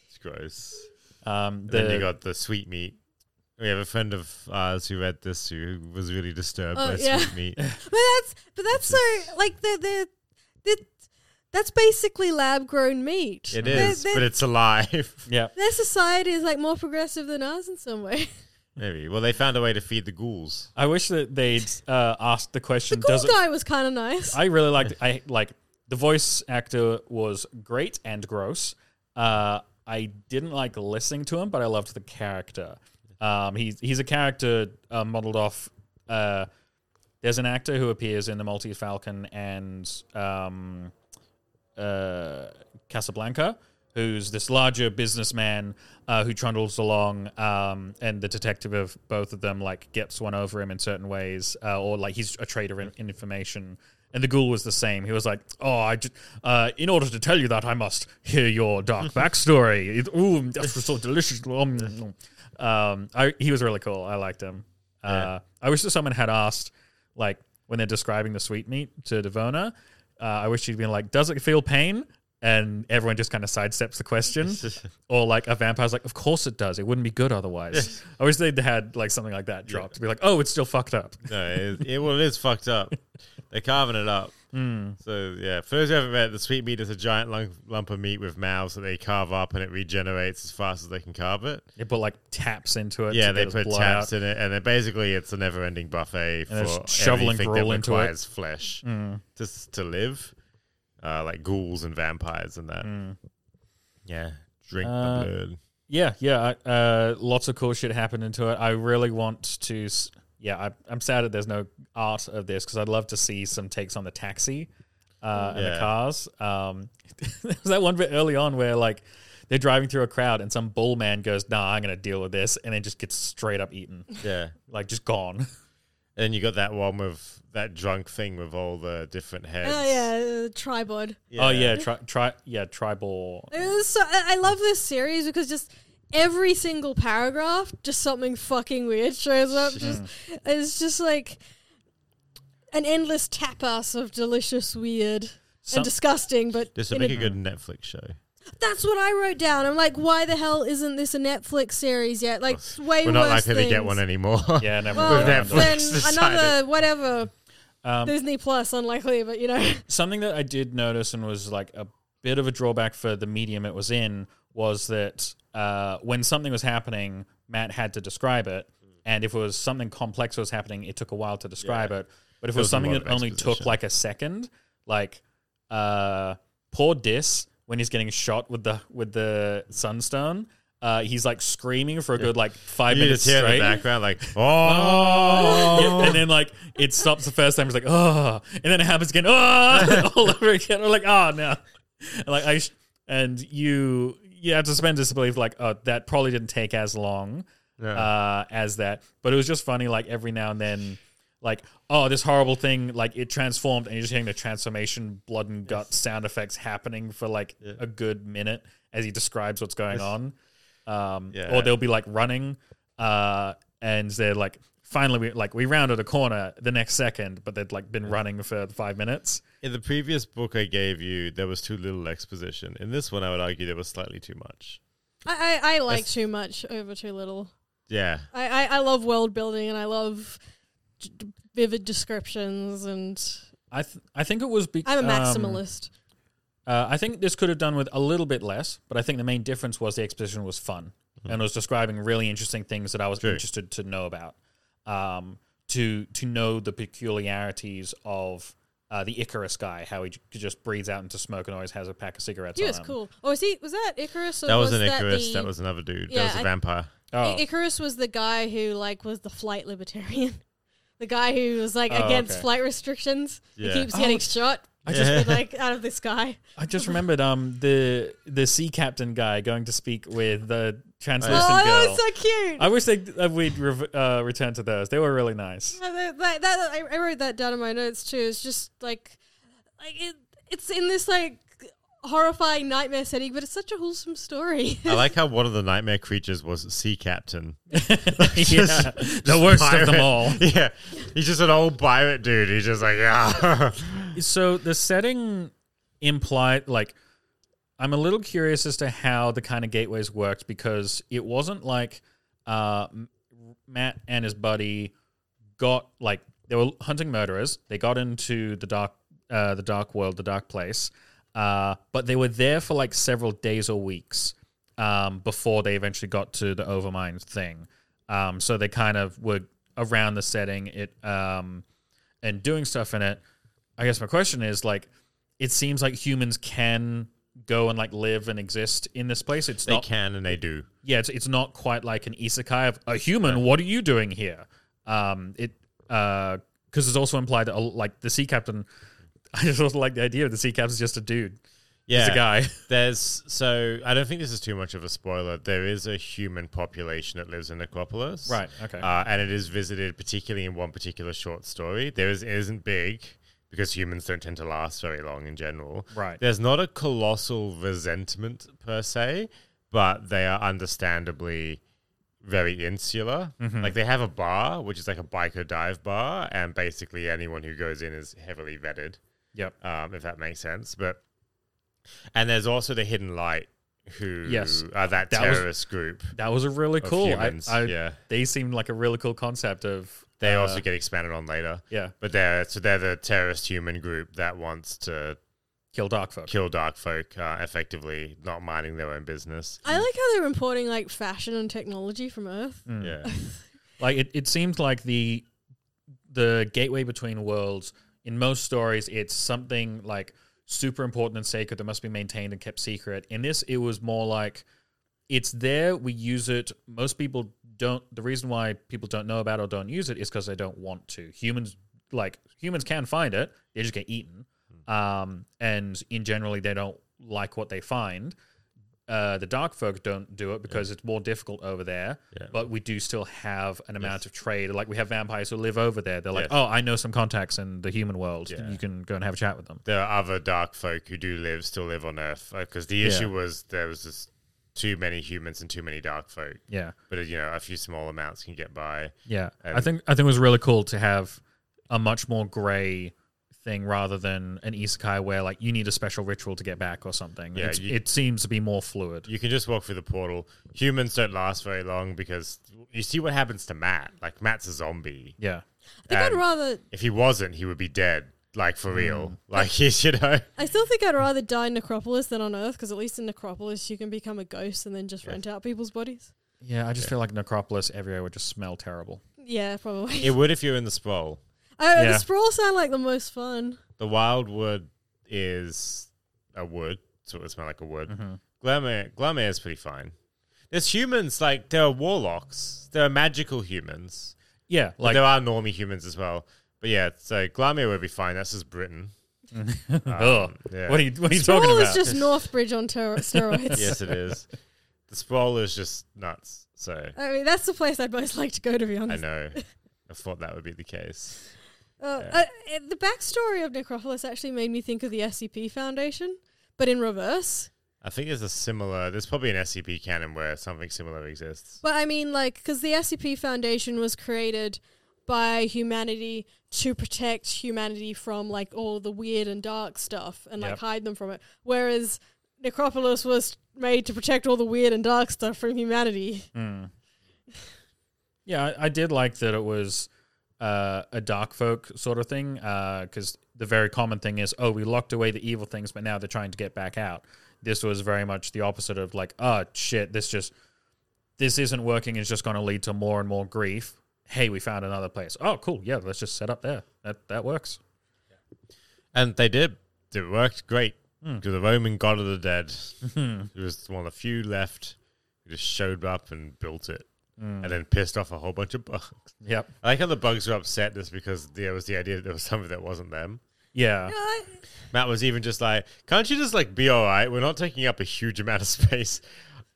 Speaker 1: It's gross.
Speaker 3: Um,
Speaker 1: then you
Speaker 3: the,
Speaker 1: got the sweet meat. We have a friend of ours who read this who was really disturbed
Speaker 4: Oh,
Speaker 1: by
Speaker 4: yeah.
Speaker 1: sweet meat.
Speaker 4: But that's but that's so like the the the that's basically lab grown meat.
Speaker 1: It
Speaker 4: Their-
Speaker 1: is,
Speaker 4: their-
Speaker 1: but it's alive.
Speaker 3: yeah,
Speaker 4: their society is like more progressive than ours in some way.
Speaker 1: Maybe. Well, they found a way to feed the ghouls.
Speaker 3: I wish that they'd uh, asked the
Speaker 4: The
Speaker 3: question.
Speaker 4: cool
Speaker 3: does it,
Speaker 4: guy was kind of nice.
Speaker 3: I really liked. I like the voice actor was great and gross. Uh, I didn't like listening to him, but I loved the character. Um, he's he's a character uh, modeled off. Uh, there's an actor who appears in the Multi Falcon and um, uh, Casablanca, who's this larger businessman uh, who trundles along, um, and the detective of both of them like gets one over him in certain ways, uh, or like he's a trader in, in information. And the ghoul was the same. He was like, "Oh, I ju- uh, in order to tell you that, I must hear your dark backstory. It, ooh, that's so delicious." Um, um, I, he was really cool. I liked him. Uh, I wish that someone had asked, like, when they're describing the sweetmeat to Devona, uh, I wish she'd been like, "Does it feel pain?" And everyone just kind of sidesteps the question, or like a vampire's like, "Of course it does. It wouldn't be good otherwise." I wish they'd had like something like that dropped to be like, "Oh, it's still fucked up."
Speaker 1: No, it, it, well, it is fucked up. They're carving it up.
Speaker 3: Hmm.
Speaker 1: So, yeah, for those who haven't met, the sweet meat is a giant lump, lump of meat with mouths that they carve up and it regenerates as fast as they can carve it.
Speaker 3: They put like taps into it.
Speaker 1: yeah,
Speaker 3: to
Speaker 1: they
Speaker 3: get its
Speaker 1: put
Speaker 3: blood
Speaker 1: taps
Speaker 3: out.
Speaker 1: in it, and then basically it's a never-ending buffet
Speaker 3: And they're
Speaker 1: for
Speaker 3: shoveling
Speaker 1: everything
Speaker 3: gruel
Speaker 1: that
Speaker 3: into it. Mm.
Speaker 1: requires flesh to to live, uh, like ghouls and vampires and that. Yeah, drink
Speaker 3: Mm. Uh,
Speaker 1: the blood.
Speaker 3: Yeah, yeah. I- Uh, lots of cool shit happened into it. I really want to. s- Yeah, I, I'm sad that there's no art of this because I'd love to see some takes on the taxi uh, and the
Speaker 1: Yeah.
Speaker 3: cars. Um, there was that one bit early on where like they're driving through a crowd and some bull man goes, "Nah, I'm gonna deal with this," and then just gets straight up eaten,
Speaker 1: Yeah,
Speaker 3: like just gone.
Speaker 1: and then you got that one with that drunk thing with all the different heads.
Speaker 4: Oh yeah, uh, tribod.
Speaker 3: Oh yeah, try, try, yeah, tribal.
Speaker 4: It was so I I love this series because just every single paragraph, just something fucking weird shows up. Just it's just like an endless tapas of delicious, weird,
Speaker 3: Some-
Speaker 4: and disgusting. But
Speaker 1: This would
Speaker 4: in
Speaker 1: make
Speaker 4: a-
Speaker 1: a good Netflix show.
Speaker 4: that's what I wrote down. I'm like, why the hell isn't this a Netflix series yet? Like, it's way
Speaker 1: We're not
Speaker 4: worse
Speaker 1: likely to get
Speaker 4: things.
Speaker 1: one anymore.
Speaker 3: Yeah, never.
Speaker 4: Well,
Speaker 1: With
Speaker 3: mind.
Speaker 1: Netflix
Speaker 4: then
Speaker 1: decided.
Speaker 4: another whatever
Speaker 3: Um,
Speaker 4: Disney Plus, unlikely, but you know.
Speaker 3: something that I did notice and was like a bit of a drawback for the medium it was in was that uh, when something was happening, Matt had to describe it,
Speaker 1: Hmm.
Speaker 3: and if it was something complex was happening, it took a while to describe it. But if it was
Speaker 1: was a
Speaker 3: something
Speaker 1: lot
Speaker 3: that
Speaker 1: of
Speaker 3: only took
Speaker 1: exposition.
Speaker 3: like a second, like uh, poor Dis when he's getting shot with the with the sunstone. Uh, he's like screaming for a good like five
Speaker 1: you
Speaker 3: minutes
Speaker 1: just hear in
Speaker 3: straight.
Speaker 1: the background like, oh,
Speaker 3: Yeah, and then like it stops the first time, it's like oh, and then it happens again, oh, all over again. We're like, oh no, like I sh- and you you have to suspend disbelief like oh that probably didn't take as long
Speaker 1: Yeah.
Speaker 3: uh, as that but it was just funny like every now and then like oh this horrible thing like it transformed and you're just hearing the transformation blood and gut sound effects happening for like a good minute as he describes what's going on um,
Speaker 1: Yeah.
Speaker 3: or they'll be like running uh, and they're like finally we like we rounded a corner the next second but they'd like been running for five minutes
Speaker 1: In the previous book I gave you, there was too little exposition. In this one, I would argue there was slightly too much.
Speaker 4: I, I, I like
Speaker 1: That's-
Speaker 4: too much over too little.
Speaker 1: Yeah.
Speaker 4: I, I, I love world building and I love d- d- vivid descriptions and
Speaker 3: I th- I think it was because
Speaker 4: I'm a maximalist.
Speaker 3: uh, I think this could have done with a little bit less, but I think the main difference was the exposition was fun and was describing really interesting things that I was
Speaker 1: Mm-hmm. True.
Speaker 3: interested to know about. Um, to to know the peculiarities of uh, the Icarus guy, how he j- just breathes out into smoke and always has a pack of cigarettes.
Speaker 4: he
Speaker 3: on
Speaker 4: was
Speaker 3: him.
Speaker 4: cool. Oh, is he, was that Icarus? Or
Speaker 1: That
Speaker 4: was
Speaker 1: wasn't Icarus.
Speaker 4: the-
Speaker 1: that was another dude.
Speaker 4: Yeah,
Speaker 1: that was a
Speaker 4: I-
Speaker 1: vampire.
Speaker 3: Oh,
Speaker 4: I- Icarus was the guy who like was the flight libertarian. The guy who was like
Speaker 3: Oh,
Speaker 4: against
Speaker 3: okay.
Speaker 4: flight restrictions.
Speaker 1: Yeah.
Speaker 4: He keeps getting shot.
Speaker 3: I
Speaker 1: just-
Speaker 4: with, like out of the sky.
Speaker 3: I just remembered um the the sea captain guy going to speak with the translucent
Speaker 4: Oh, that
Speaker 3: girl.
Speaker 4: was so cute.
Speaker 3: I wish they uh, we'd rev- uh, return to those. They were really nice.
Speaker 4: Yeah, that, that, that- I, I wrote that down in my notes too. It's just like, like it, it's in this like horrifying nightmare setting, but it's such a wholesome story.
Speaker 1: I like how one of the nightmare creatures was sea captain.
Speaker 3: yeah, the worst of them
Speaker 1: pirate.
Speaker 3: all.
Speaker 1: Yeah. He's just an old pirate dude. He's just like, yeah.
Speaker 3: So the setting implied like I'm a little curious as to how the kind of gateways worked because it wasn't like uh, M- Matt and his buddy got like they were hunting murderers. They got into the dark uh, the dark world, the dark place. Uh, but they were there for like several days or weeks um, before they eventually got to the Overmind thing. Um, so they kind of were around the setting it um, and doing stuff in it. I guess my question is like, it seems like humans can go and like live and exist in this place. It's
Speaker 1: they
Speaker 3: not
Speaker 1: can and they do.
Speaker 3: yeah, it's, it's not quite like an isekai of a human. What are you doing here? Um, it because it's also implied that uh, like the sea captain. I just also like the idea of the sea captain's just a dude.
Speaker 1: Yeah.
Speaker 3: He's a guy.
Speaker 1: There's so I don't think this is too much of a spoiler. There is a human population that lives in Necropolis,
Speaker 3: Right, okay.
Speaker 1: uh, and it is visited particularly in one particular short story. There is it isn't big because humans don't tend to last very long in general.
Speaker 3: Right.
Speaker 1: There's not a colossal resentment per se, but they are understandably very insular.
Speaker 3: Mm-hmm.
Speaker 1: Like they have a bar, which is like a biker dive bar, and basically anyone who goes in is heavily vetted
Speaker 3: Yep.
Speaker 1: um, if that makes sense. But and there's also the Hidden Light, who
Speaker 3: Yes.
Speaker 1: are that,
Speaker 3: That was-
Speaker 1: terrorist group.
Speaker 3: That was a really
Speaker 1: Of
Speaker 3: cool.
Speaker 1: humans,
Speaker 3: I, uh, I,
Speaker 1: yeah.
Speaker 3: They seemed like a really cool concept of.
Speaker 1: They
Speaker 3: uh,
Speaker 1: also get expanded on later.
Speaker 3: yeah
Speaker 1: But they're so they're the terrorist human group that wants to
Speaker 3: kill dark folk.
Speaker 1: kill dark folk, uh, effectively not minding their own business.
Speaker 4: I like how they're importing like fashion and technology from Earth.
Speaker 3: Mm.
Speaker 1: Yeah,
Speaker 3: like it, it seems like the the gateway between worlds in most stories it's something like super important and sacred that must be maintained and kept secret in this it was more like it's there we use it most people don't the reason why people don't know about or don't use it is because they don't want to humans like humans can find it they just get eaten um, and in generally they don't like what they find uh, the dark folk don't do it because it's more difficult over there. But we do still have an amount of trade. Like we have vampires who live over there. They're like,
Speaker 1: Yes.
Speaker 3: oh, I know some contacts in the human world.
Speaker 1: Yeah.
Speaker 3: You can go and have a chat with them.
Speaker 1: there are other dark folk who do live still live on Earth because the issue was there was just too many humans and too many dark folk.
Speaker 3: Yeah,
Speaker 1: But uh, you know, a few small amounts can get by.
Speaker 3: yeah. I
Speaker 1: And-
Speaker 3: think I think it was really cool to have a much more grey thing rather than an isekai where like you need a special ritual to get back or something.
Speaker 1: Yeah,
Speaker 3: It's-
Speaker 1: you-
Speaker 3: it seems to be more fluid.
Speaker 1: You can just walk through the portal. Humans don't last very long because you see what happens to Matt. Like Matt's a zombie.
Speaker 3: yeah.
Speaker 4: I think I'd
Speaker 1: And
Speaker 4: rather.
Speaker 1: if he wasn't, he would be dead. Like for real. Like he's you know.
Speaker 4: I still think I'd rather die in Necropolis than on Earth because at least in Necropolis you can become a ghost and then just rent out people's bodies.
Speaker 3: Yeah, I just feel like Necropolis everywhere would just smell terrible.
Speaker 4: Yeah, probably.
Speaker 1: It would if you're in the sprawl.
Speaker 4: Oh,
Speaker 3: Yeah.
Speaker 4: the sprawl sound like the most fun.
Speaker 1: The wild wood is a wood, so it would smell like a wood.
Speaker 3: Mm-hmm.
Speaker 1: Glamour Glamour is pretty fine. There's humans, like there are warlocks. There are magical humans.
Speaker 3: Yeah,
Speaker 1: Like
Speaker 3: like
Speaker 1: there are normie humans as well. But yeah, so Glamour would be fine. That's just Britain. Um,
Speaker 3: Ugh.
Speaker 1: yeah.
Speaker 3: What are you What are you
Speaker 4: Sprawl
Speaker 3: talking about?
Speaker 4: is just Northbridge on ter- steroids.
Speaker 1: yes, it is. The sprawl is just nuts. So
Speaker 4: I mean, that's the place I'd most like to go, to be
Speaker 1: I
Speaker 4: honest.
Speaker 1: know. I thought that would be the case.
Speaker 4: Uh,
Speaker 1: Yeah.
Speaker 4: uh, uh, the backstory of Necropolis actually made me think of the SCP Foundation, but in reverse.
Speaker 1: I think there's a similar. There's probably an SCP canon where something similar exists.
Speaker 4: But I mean, like, because the SCP Foundation was created by humanity to protect humanity from like all the weird and dark stuff and like
Speaker 3: Yep.
Speaker 4: hide them from it. Whereas Necropolis was made to protect all the weird and dark stuff from humanity.
Speaker 3: Mm. Yeah, I, I did like that it was uh, a dark folk sort of thing because the very common thing is, oh, we locked away the evil things, but now they're trying to get back out. This was very much the opposite of like, oh shit, this just this isn't working. It's just going to lead to more and more grief. Hey, we found another place. Oh, cool. Yeah, let's just set up there. That that works.
Speaker 1: And they did. It worked great. Because the Roman god of the dead, it was one of the few left who just showed up and built it and then pissed off a whole bunch of bugs.
Speaker 3: Yep.
Speaker 1: I like how the bugs were upset just because there was the idea that there was something that wasn't them.
Speaker 3: Yeah.
Speaker 1: Matt was even just like, can't you just like be all right? We're not taking up a huge amount of space.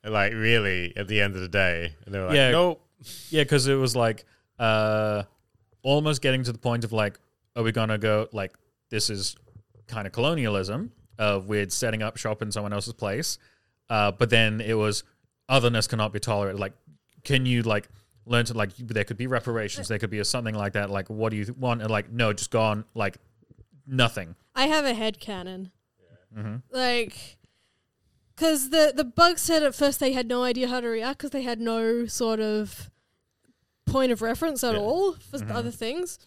Speaker 1: Like really, at the end of the day, and they were like,
Speaker 3: Yeah.
Speaker 1: "Nope,
Speaker 3: Yeah, because it was like uh, almost getting to the point of like, are we gonna go like this is kind of colonialism of we're setting up shop in someone else's place, uh, but then it was otherness cannot be tolerated. Like, can you like learn to like there could be reparations, there could be a something like that. Like, what do you want? And like, no, just go on. Like, nothing.
Speaker 4: I have a head cannon. Like, because the the bug said at first they had no idea how to react because they had no sort of point of reference at
Speaker 1: Yeah.
Speaker 4: all for other things,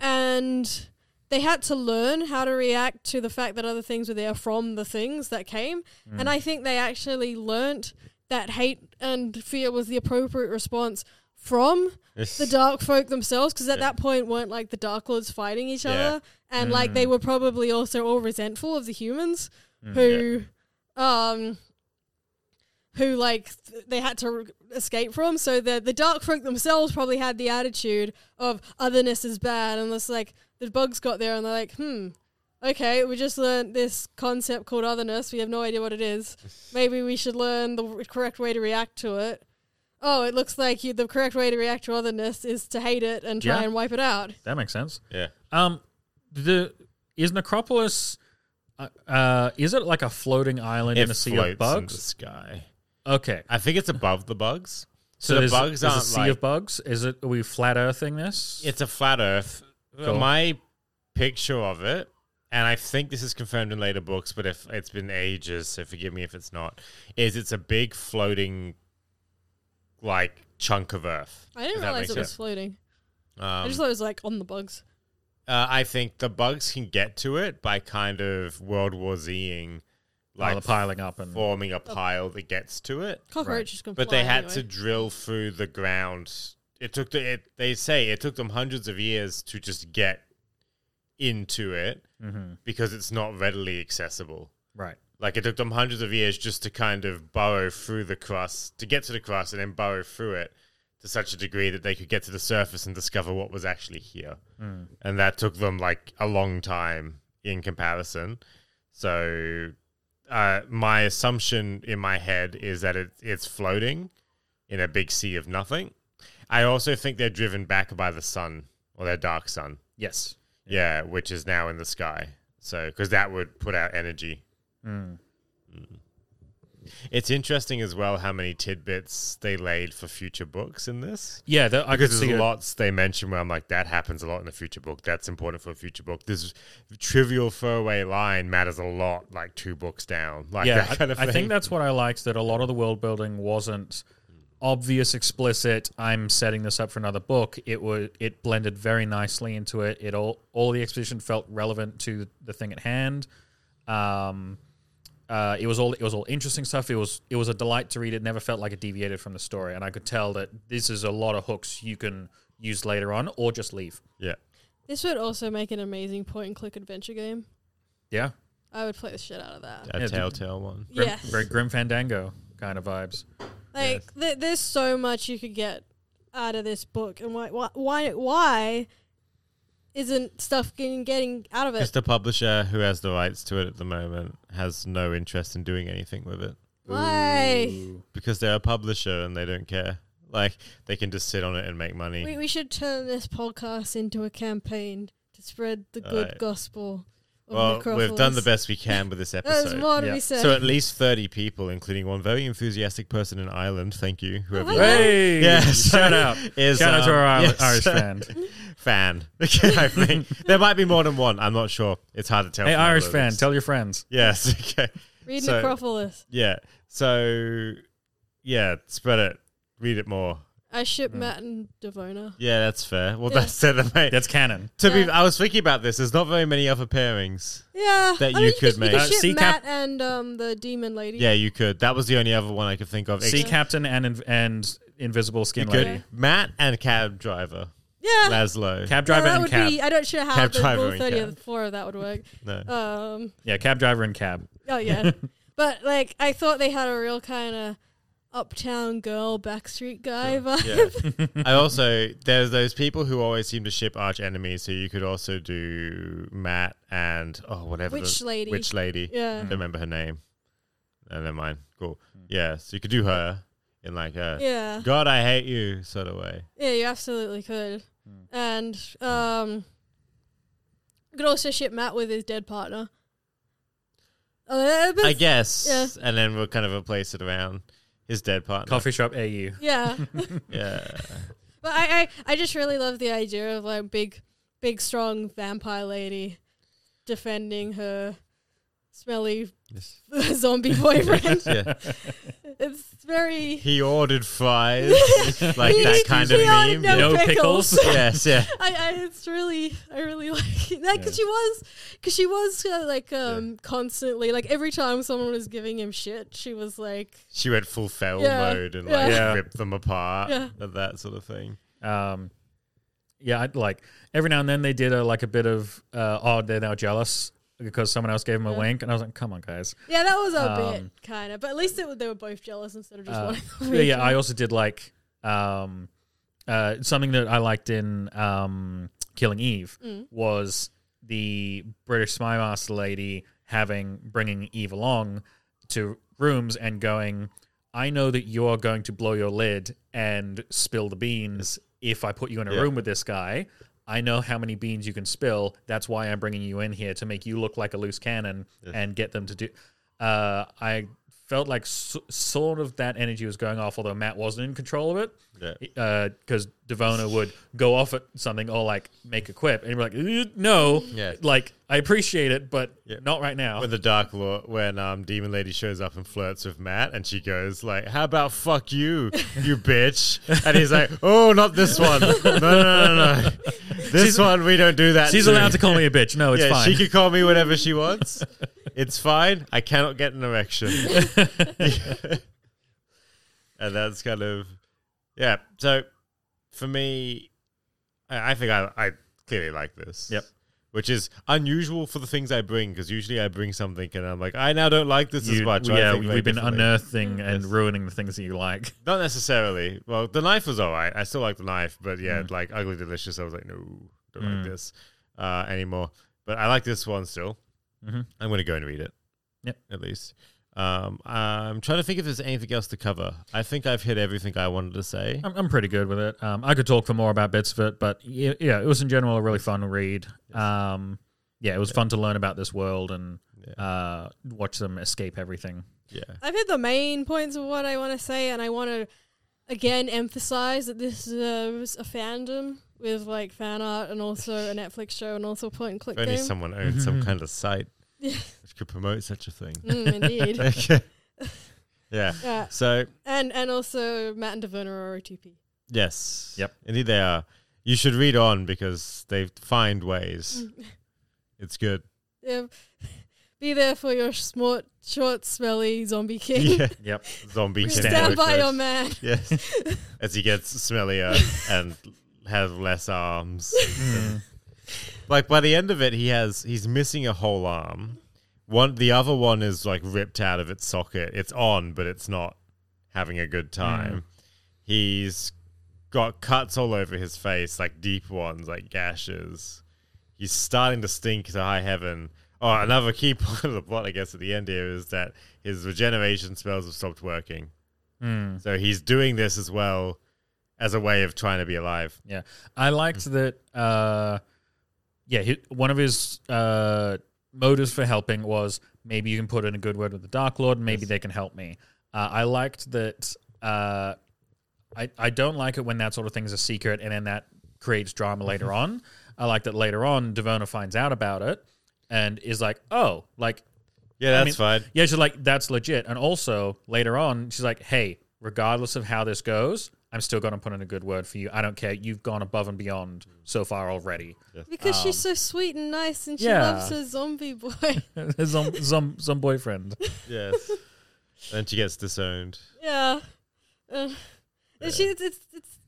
Speaker 4: and they had to learn how to react to the fact that other things were there from the things that came, and I think they actually learnt that hate and fear was the appropriate response from the dark folk themselves because at that point weren't like the dark lords fighting each
Speaker 1: Yeah.
Speaker 4: other and like they were probably also all resentful of the humans who um who like th- they had to re- escape from so the the dark folk themselves probably had the attitude of otherness is bad and it's like the bugs got there and they're like hmm okay we just learned this concept called otherness we have no idea what it is maybe we should learn the w- correct way to react to it oh it looks like you the correct way to react to otherness is to hate it and try
Speaker 3: Yeah.
Speaker 4: and wipe it out
Speaker 3: That makes sense.
Speaker 1: yeah."
Speaker 3: Um, the is Necropolis. Uh, uh, is it like a floating island in a sea of
Speaker 1: floats in the
Speaker 3: bugs?
Speaker 1: sky.
Speaker 3: Okay,
Speaker 1: I think it's above the bugs. So, the
Speaker 3: there's-
Speaker 1: bugs
Speaker 3: there's
Speaker 1: aren't
Speaker 3: a sea
Speaker 1: like,
Speaker 3: of bugs. Is it? Are we flat earthing this?
Speaker 1: It's a flat Earth.
Speaker 3: Cool.
Speaker 1: My picture of it, and I think this is confirmed in later books, but if it's been ages, so forgive me if it's not. Is it's a big floating, like chunk of Earth.
Speaker 4: i didn't
Speaker 1: If that
Speaker 4: realize
Speaker 1: makes
Speaker 4: it was
Speaker 1: sense.
Speaker 4: floating i
Speaker 1: Um,
Speaker 4: just thought it was like on the bugs
Speaker 1: uh, I think the bugs can get to it by kind of World War Zing,
Speaker 3: like
Speaker 1: like
Speaker 3: piling up and
Speaker 1: forming a pile that gets to it.
Speaker 4: cockroaches can
Speaker 1: But
Speaker 4: fly
Speaker 1: they had
Speaker 4: anyway.
Speaker 1: to drill through the ground. It took the, it, they say it took them hundreds of years to just get into it because it's not readily accessible.
Speaker 3: right.
Speaker 1: Like it took them hundreds of years just to kind of burrow through the crust to get to the crust and then burrow through it to such a degree that they could get to the surface and discover what was actually here. And that took them like a long time in comparison. So uh, my assumption in my head is that it, it's floating in a big sea of nothing. I also think they're driven back by the sun or their dark sun.
Speaker 3: Yes.
Speaker 1: Yeah, which is now in the sky. So, because that would put out energy. Mm. It's interesting as well how many tidbits they laid for future books in this.
Speaker 3: Yeah, that, I could
Speaker 1: Because
Speaker 3: see
Speaker 1: there's
Speaker 3: it.
Speaker 1: lots they mention where I'm like, that happens a lot in a future book. That's important for a future book. This trivial throwaway line matters a lot, like two books down, like
Speaker 3: yeah,
Speaker 1: that kind
Speaker 3: I,
Speaker 1: of thing.
Speaker 3: I think that's what I liked that a lot of the world building wasn't obvious, explicit. I'm setting this up for another book. It was it blended very nicely into it. It all all the exposition felt relevant to the thing at hand. Um, uh, it was all it was all interesting stuff. It was it was a delight to read. It never felt like it deviated from the story, and I could tell that this is a lot of hooks you can use later on or just leave.
Speaker 1: yeah.
Speaker 4: this would also make an amazing point and click adventure game
Speaker 3: Yeah,
Speaker 4: i would play the shit out of that
Speaker 1: A
Speaker 3: Yeah, d-
Speaker 1: telltale one.
Speaker 3: Grim,
Speaker 4: Yes.
Speaker 3: very grim Fandango kind of vibes.
Speaker 4: Like th- there's so much you could get out of this book, and why why why, why isn't stuff getting getting out of
Speaker 1: Because
Speaker 4: it?
Speaker 1: the publisher who has the rights to it at the moment has no interest in doing anything with it
Speaker 4: Why?
Speaker 3: Ooh.
Speaker 1: because they're a publisher and they don't care. Like they can just sit on it and make money.
Speaker 4: We, we should turn this podcast into a campaign to spread the good
Speaker 1: Alright.
Speaker 4: gospel of
Speaker 1: well,
Speaker 4: necrophilis.
Speaker 1: we've done the best we can with this
Speaker 4: There's
Speaker 1: episode.
Speaker 4: more to
Speaker 3: Yeah.
Speaker 4: be said.
Speaker 1: So at least thirty people, including one very enthusiastic person in Ireland. Thank you, whoever.
Speaker 4: Oh,
Speaker 1: you
Speaker 4: hello.
Speaker 1: are.
Speaker 3: Hey!
Speaker 1: Yes.
Speaker 3: Shout out.
Speaker 1: Is,
Speaker 3: Shout out to our
Speaker 1: um,
Speaker 3: Irish,
Speaker 1: yes.
Speaker 3: Irish fan.
Speaker 1: fan. I think there might be more than one. I'm not sure. It's hard to tell.
Speaker 3: hey,
Speaker 1: from the
Speaker 3: Irish
Speaker 1: other
Speaker 3: fan,
Speaker 1: list.
Speaker 3: tell your friends.
Speaker 1: yes. Okay.
Speaker 4: Read
Speaker 1: so-
Speaker 4: necrophilis.
Speaker 1: Yeah. So, yeah, spread it. Read it more.
Speaker 4: I ship
Speaker 1: Hmm.
Speaker 3: Mm.
Speaker 4: Matt and Devona.
Speaker 1: Yeah, that's fair. Well,
Speaker 4: Yeah.
Speaker 1: that's fair, then, mate.
Speaker 3: That's canon.
Speaker 1: to be,
Speaker 4: Yeah.
Speaker 1: I was thinking about this. There's not very many other pairings.
Speaker 4: Yeah,
Speaker 1: That
Speaker 4: I
Speaker 1: you
Speaker 4: mean,
Speaker 1: could
Speaker 4: you
Speaker 1: make.
Speaker 4: You
Speaker 3: Uh,
Speaker 4: could ship
Speaker 3: sea
Speaker 4: Matt
Speaker 3: cap-
Speaker 4: and um the demon lady.
Speaker 1: Yeah, you could. That was the only other one I could think of.
Speaker 3: Sea
Speaker 1: Ex-
Speaker 3: Captain and inv- and Invisible
Speaker 1: you
Speaker 3: Skin
Speaker 1: could.
Speaker 3: Lady.
Speaker 1: Matt and cab driver
Speaker 4: yeah.
Speaker 1: Laszlo.
Speaker 3: Cab
Speaker 4: No,
Speaker 3: driver
Speaker 4: that
Speaker 3: and
Speaker 4: would
Speaker 3: cab.
Speaker 4: be. I don't sure how
Speaker 1: Cab
Speaker 4: the
Speaker 1: driver
Speaker 4: rule
Speaker 1: and
Speaker 4: thirty
Speaker 1: cab.
Speaker 4: of four of that would work.
Speaker 1: no.
Speaker 3: Oh.
Speaker 4: Um,
Speaker 3: yeah, cab driver and cab.
Speaker 4: oh yeah, but like I thought they had a real kind of uptown girl, backstreet guy vibe.
Speaker 1: Yeah. I also there's those people who always seem to ship arch enemies, so you could also do Matt and oh whatever
Speaker 4: Witch
Speaker 1: the,
Speaker 4: lady.
Speaker 1: Witch lady.
Speaker 4: Yeah.
Speaker 1: Don't remember her name. No, never mind. Cool. Yeah, so you could do her in like a
Speaker 4: yeah,
Speaker 1: God I hate you sort of way.
Speaker 4: yeah, you absolutely could.
Speaker 1: Hmm.
Speaker 4: And um, you could also ship Matt with his dead partner. Uh, but
Speaker 1: I guess.
Speaker 4: yeah.
Speaker 1: And then we'll kind of replace it around his dead partner.
Speaker 3: Coffee shop AU.
Speaker 4: yeah,
Speaker 1: Yeah.
Speaker 4: but I, I, I just really love the idea of like big, big strong vampire lady defending her smelly zombie boyfriend.
Speaker 1: yeah.
Speaker 4: It's very.
Speaker 1: He ordered fries. like
Speaker 4: He-
Speaker 1: that
Speaker 4: he-
Speaker 1: kind of
Speaker 4: he
Speaker 1: meme.
Speaker 4: ordered no
Speaker 1: Yeah.
Speaker 3: No pickles.
Speaker 4: pickles.
Speaker 1: Yes, yeah.
Speaker 4: I, I, it's really, I really like it. that because she
Speaker 3: Yeah.
Speaker 4: was, because she was uh, like um constantly, like every time someone was giving him shit, she was like,
Speaker 1: She went full fail
Speaker 4: Yeah.
Speaker 1: mode and like
Speaker 3: Yeah.
Speaker 1: ripped them apart
Speaker 4: Yeah.
Speaker 1: and that sort of thing.
Speaker 3: Um, yeah, I'd like every now and then they did a like a bit of uh, oh they're now jealous because someone else gave them a
Speaker 4: Yeah.
Speaker 3: wink, and I was like, come on, guys.
Speaker 4: yeah, that was a bit
Speaker 3: Um,
Speaker 4: kind of, but at least it, was- they were both jealous instead of just
Speaker 3: Uh,
Speaker 4: wanting.
Speaker 3: Yeah, yeah, I also did like um, uh, something that I liked in um, Killing Eve was the British spy master lady having bringing Eve along to rooms and going. I know that you're going to blow your lid and spill the beans if I put you in a
Speaker 1: Yeah.
Speaker 3: room with this guy. I know how many beans you can spill. That's why I'm bringing you in here to make you look like a loose cannon and get them to do. Uh, I felt like s sort of that energy was going off, although Matt wasn't in control of
Speaker 1: Yeah.
Speaker 3: it. Because uh, Devona would go off at something or like make a quip, and you're like, "Uh, no,
Speaker 1: Yeah.
Speaker 3: like I appreciate it, but
Speaker 1: Yeah.
Speaker 3: not right now.
Speaker 1: When the Dark Lord, when um, Demon Lady shows up and flirts with Matt, and she goes like, "How about fuck you, you bitch?" And he's like, "Oh, not this one. No, no, no, no. no. This one we don't do that."
Speaker 3: She's allowed to call me a bitch. No, it's
Speaker 1: yeah,
Speaker 3: fine.
Speaker 1: she can call me whatever she wants. It's fine. I cannot get an erection. and that's kind of yeah. So for me, I, I think I, I clearly like this.
Speaker 3: Yep.
Speaker 1: Which is unusual for the things I bring because usually I bring something and I'm like, I now don't like this as
Speaker 3: You-
Speaker 1: much. or I
Speaker 3: yeah,
Speaker 1: think very
Speaker 3: we've been
Speaker 1: differently. Mm-hmm.
Speaker 3: unearthing and
Speaker 1: Yes.
Speaker 3: ruining the things that you like.
Speaker 1: Not necessarily. Well, the knife was all right. I still like the knife, but yeah, like Ugly Delicious, I was like, no, don't like this uh, anymore. But I like this one still.
Speaker 3: Mhm.
Speaker 1: I'm going to go and read it.
Speaker 3: Yep.
Speaker 1: At least. Um, I'm trying to think if there's anything else to cover. I think I've hit everything I wanted to say.
Speaker 3: I'm, I'm pretty good with it. Um, I could talk for more about bits of it, but yeah, yeah it was in general a really fun read. Um, yeah, it was fun to learn about this world and uh, watch them escape everything.
Speaker 1: yeah.
Speaker 4: I've hit the main points of what I want to say, and I want to again emphasize that this is a fandom with like fan art and also a Netflix show and also point and click
Speaker 1: If only
Speaker 4: game.
Speaker 1: someone owned some kind of site which could promote such a thing.
Speaker 4: Mm, indeed.
Speaker 1: Okay. yeah.
Speaker 4: Yeah,
Speaker 1: So,
Speaker 4: and and also Matt and Devona are OTP.
Speaker 1: yes.
Speaker 3: Yep.
Speaker 1: Indeed, they are. You should read on because they find ways.
Speaker 4: Mm.
Speaker 1: it's good.
Speaker 4: Yeah. Be there for your smart, short, smelly zombie king.
Speaker 1: yeah,
Speaker 3: Yep.
Speaker 1: zombie
Speaker 4: We
Speaker 1: Ken
Speaker 4: stand by
Speaker 1: Loach.
Speaker 4: your man.
Speaker 1: Yes, as he gets smellier and has less arms.
Speaker 3: Mm.
Speaker 1: Like by the end of it, he has he's missing a whole arm. One, the other one is like ripped out of its socket. It's on, but it's not having a good
Speaker 3: Hmm.
Speaker 1: time. He's got cuts all over his face, like deep ones, like gashes. He's starting to stink to high heaven. Oh, another key point of the plot, I guess, at the end here is that his regeneration spells have stopped working.
Speaker 3: Mm.
Speaker 1: So he's doing this as well as a way of trying to be alive.
Speaker 3: Yeah, I liked that. Uh, yeah, he, one of his uh, motives for helping was maybe you can put in a good word with the Dark Lord, and maybe they can help me. Uh, I liked that. Uh, I I don't like it when that sort of thing is a secret, and then that creates drama later on. I like that later on, Devona finds out about it and is like, "Oh, like
Speaker 1: Yeah, that's
Speaker 3: I mean,
Speaker 1: fine.
Speaker 3: Yeah, she's like, that's legit. And also later on, she's like, hey, regardless of how this goes, I'm still going to put in a good word for you. I don't care. You've gone above and beyond so far already.
Speaker 4: Because she's
Speaker 1: Um,
Speaker 4: so sweet and nice and she
Speaker 3: yeah.
Speaker 4: loves her zombie boy.
Speaker 3: some, some, some boyfriend.
Speaker 1: Yes. then she gets disowned.
Speaker 4: yeah. Uh, and She, it's, it's, it's,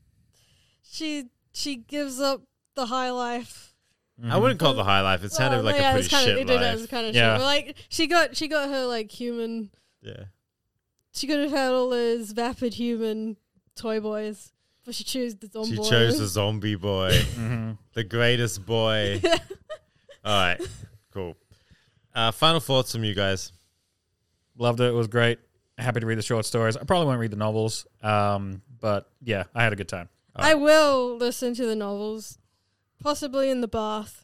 Speaker 4: she, she gives up the high life.
Speaker 3: Mm-hmm.
Speaker 1: I wouldn't call it the high life. It sounded
Speaker 4: Well,
Speaker 1: like
Speaker 4: yeah,
Speaker 1: a
Speaker 4: it's
Speaker 1: pretty
Speaker 4: kind
Speaker 1: shit
Speaker 4: of, it, did- It was
Speaker 1: life.
Speaker 4: kind of
Speaker 3: Yeah.
Speaker 4: shit. But like she got, she got her like human.
Speaker 1: Yeah.
Speaker 4: She could have had all those vapid human toy boys, but she chose the zombie.
Speaker 1: She chose a zombie boy,
Speaker 3: Mhm.
Speaker 1: the greatest boy. All right, cool. Uh, final thoughts from you guys.
Speaker 3: Loved it. It was great. Happy to read the short stories. I probably won't read the novels. Um, but yeah, I had a good time.
Speaker 4: I will listen to the novels, possibly in the bath.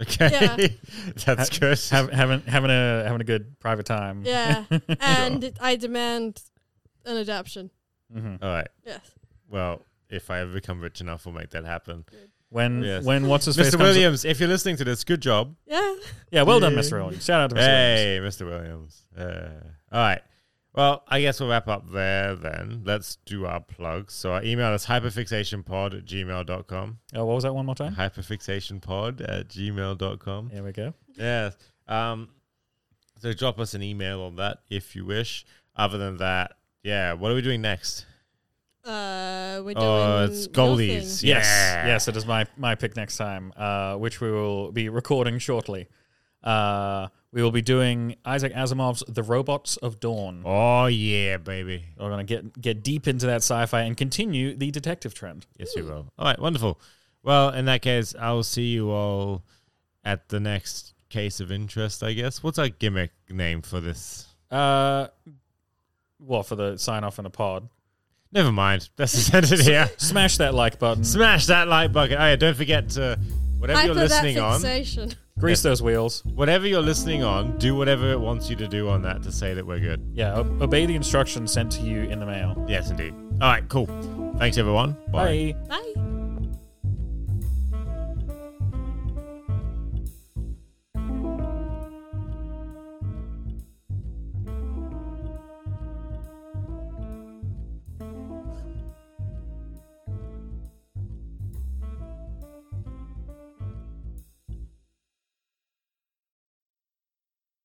Speaker 1: Okay,
Speaker 4: Yeah.
Speaker 1: that's good.
Speaker 3: Have, having, having a, having a good private time.
Speaker 4: Yeah, and I demand an adaptation.
Speaker 3: Mm-hmm.
Speaker 1: All right.
Speaker 4: Yes.
Speaker 1: Well, if I ever become rich enough, we'll make that happen.
Speaker 3: When,
Speaker 1: Yes.
Speaker 3: when what's his face?
Speaker 1: Mr.
Speaker 3: comes-
Speaker 1: Williams, if you're listening to this, good job.
Speaker 4: Yeah.
Speaker 3: Yeah. Well done, Mr. Williams. Shout out to Mr. Williams.
Speaker 1: Hey, Mr. Williams. Uh, all right. Well, I guess we'll wrap up there then. Let's do our plugs. So our email is hyperfixationpod at gmail.com.
Speaker 3: Oh, what was that one more time?
Speaker 1: Hyperfixationpod at gmail.com.
Speaker 3: Here we go.
Speaker 1: Yes. Um, so drop us an email on that if you wish. Other than that, yeah, what are we doing next?
Speaker 4: Uh, we're doing.
Speaker 1: Oh, it's
Speaker 4: your
Speaker 1: Goldies.
Speaker 4: thing.
Speaker 1: Yeah.
Speaker 3: Yes, yes, it is my my pick next time, uh, which we will be recording shortly. Uh, we will be doing Isaac Asimov's The Robots of Dawn.
Speaker 1: Oh, yeah, baby.
Speaker 3: We're going to get get deep into that sci-fi and continue the detective trend.
Speaker 1: Yes, we will. All right, wonderful. Well, in that case, I'll see you all at the next case of interest, I guess. What's our gimmick name for this?
Speaker 3: Uh, well, for the sign off in the pod,
Speaker 1: Never mind. That's the end of here.
Speaker 3: smash that like button,
Speaker 1: Smash that like bucket. Oh, yeah, don't forget to, whatever
Speaker 4: Hyper
Speaker 1: you're listening
Speaker 4: that
Speaker 1: on,
Speaker 4: fixation.
Speaker 3: grease those wheels.
Speaker 1: whatever you're listening on, do whatever it wants you to do on that to say that we're good.
Speaker 3: Yeah, o- obey the instructions sent to you in the mail.
Speaker 1: Yes, indeed. All right, cool. Thanks, everyone.
Speaker 3: Bye.
Speaker 4: Bye.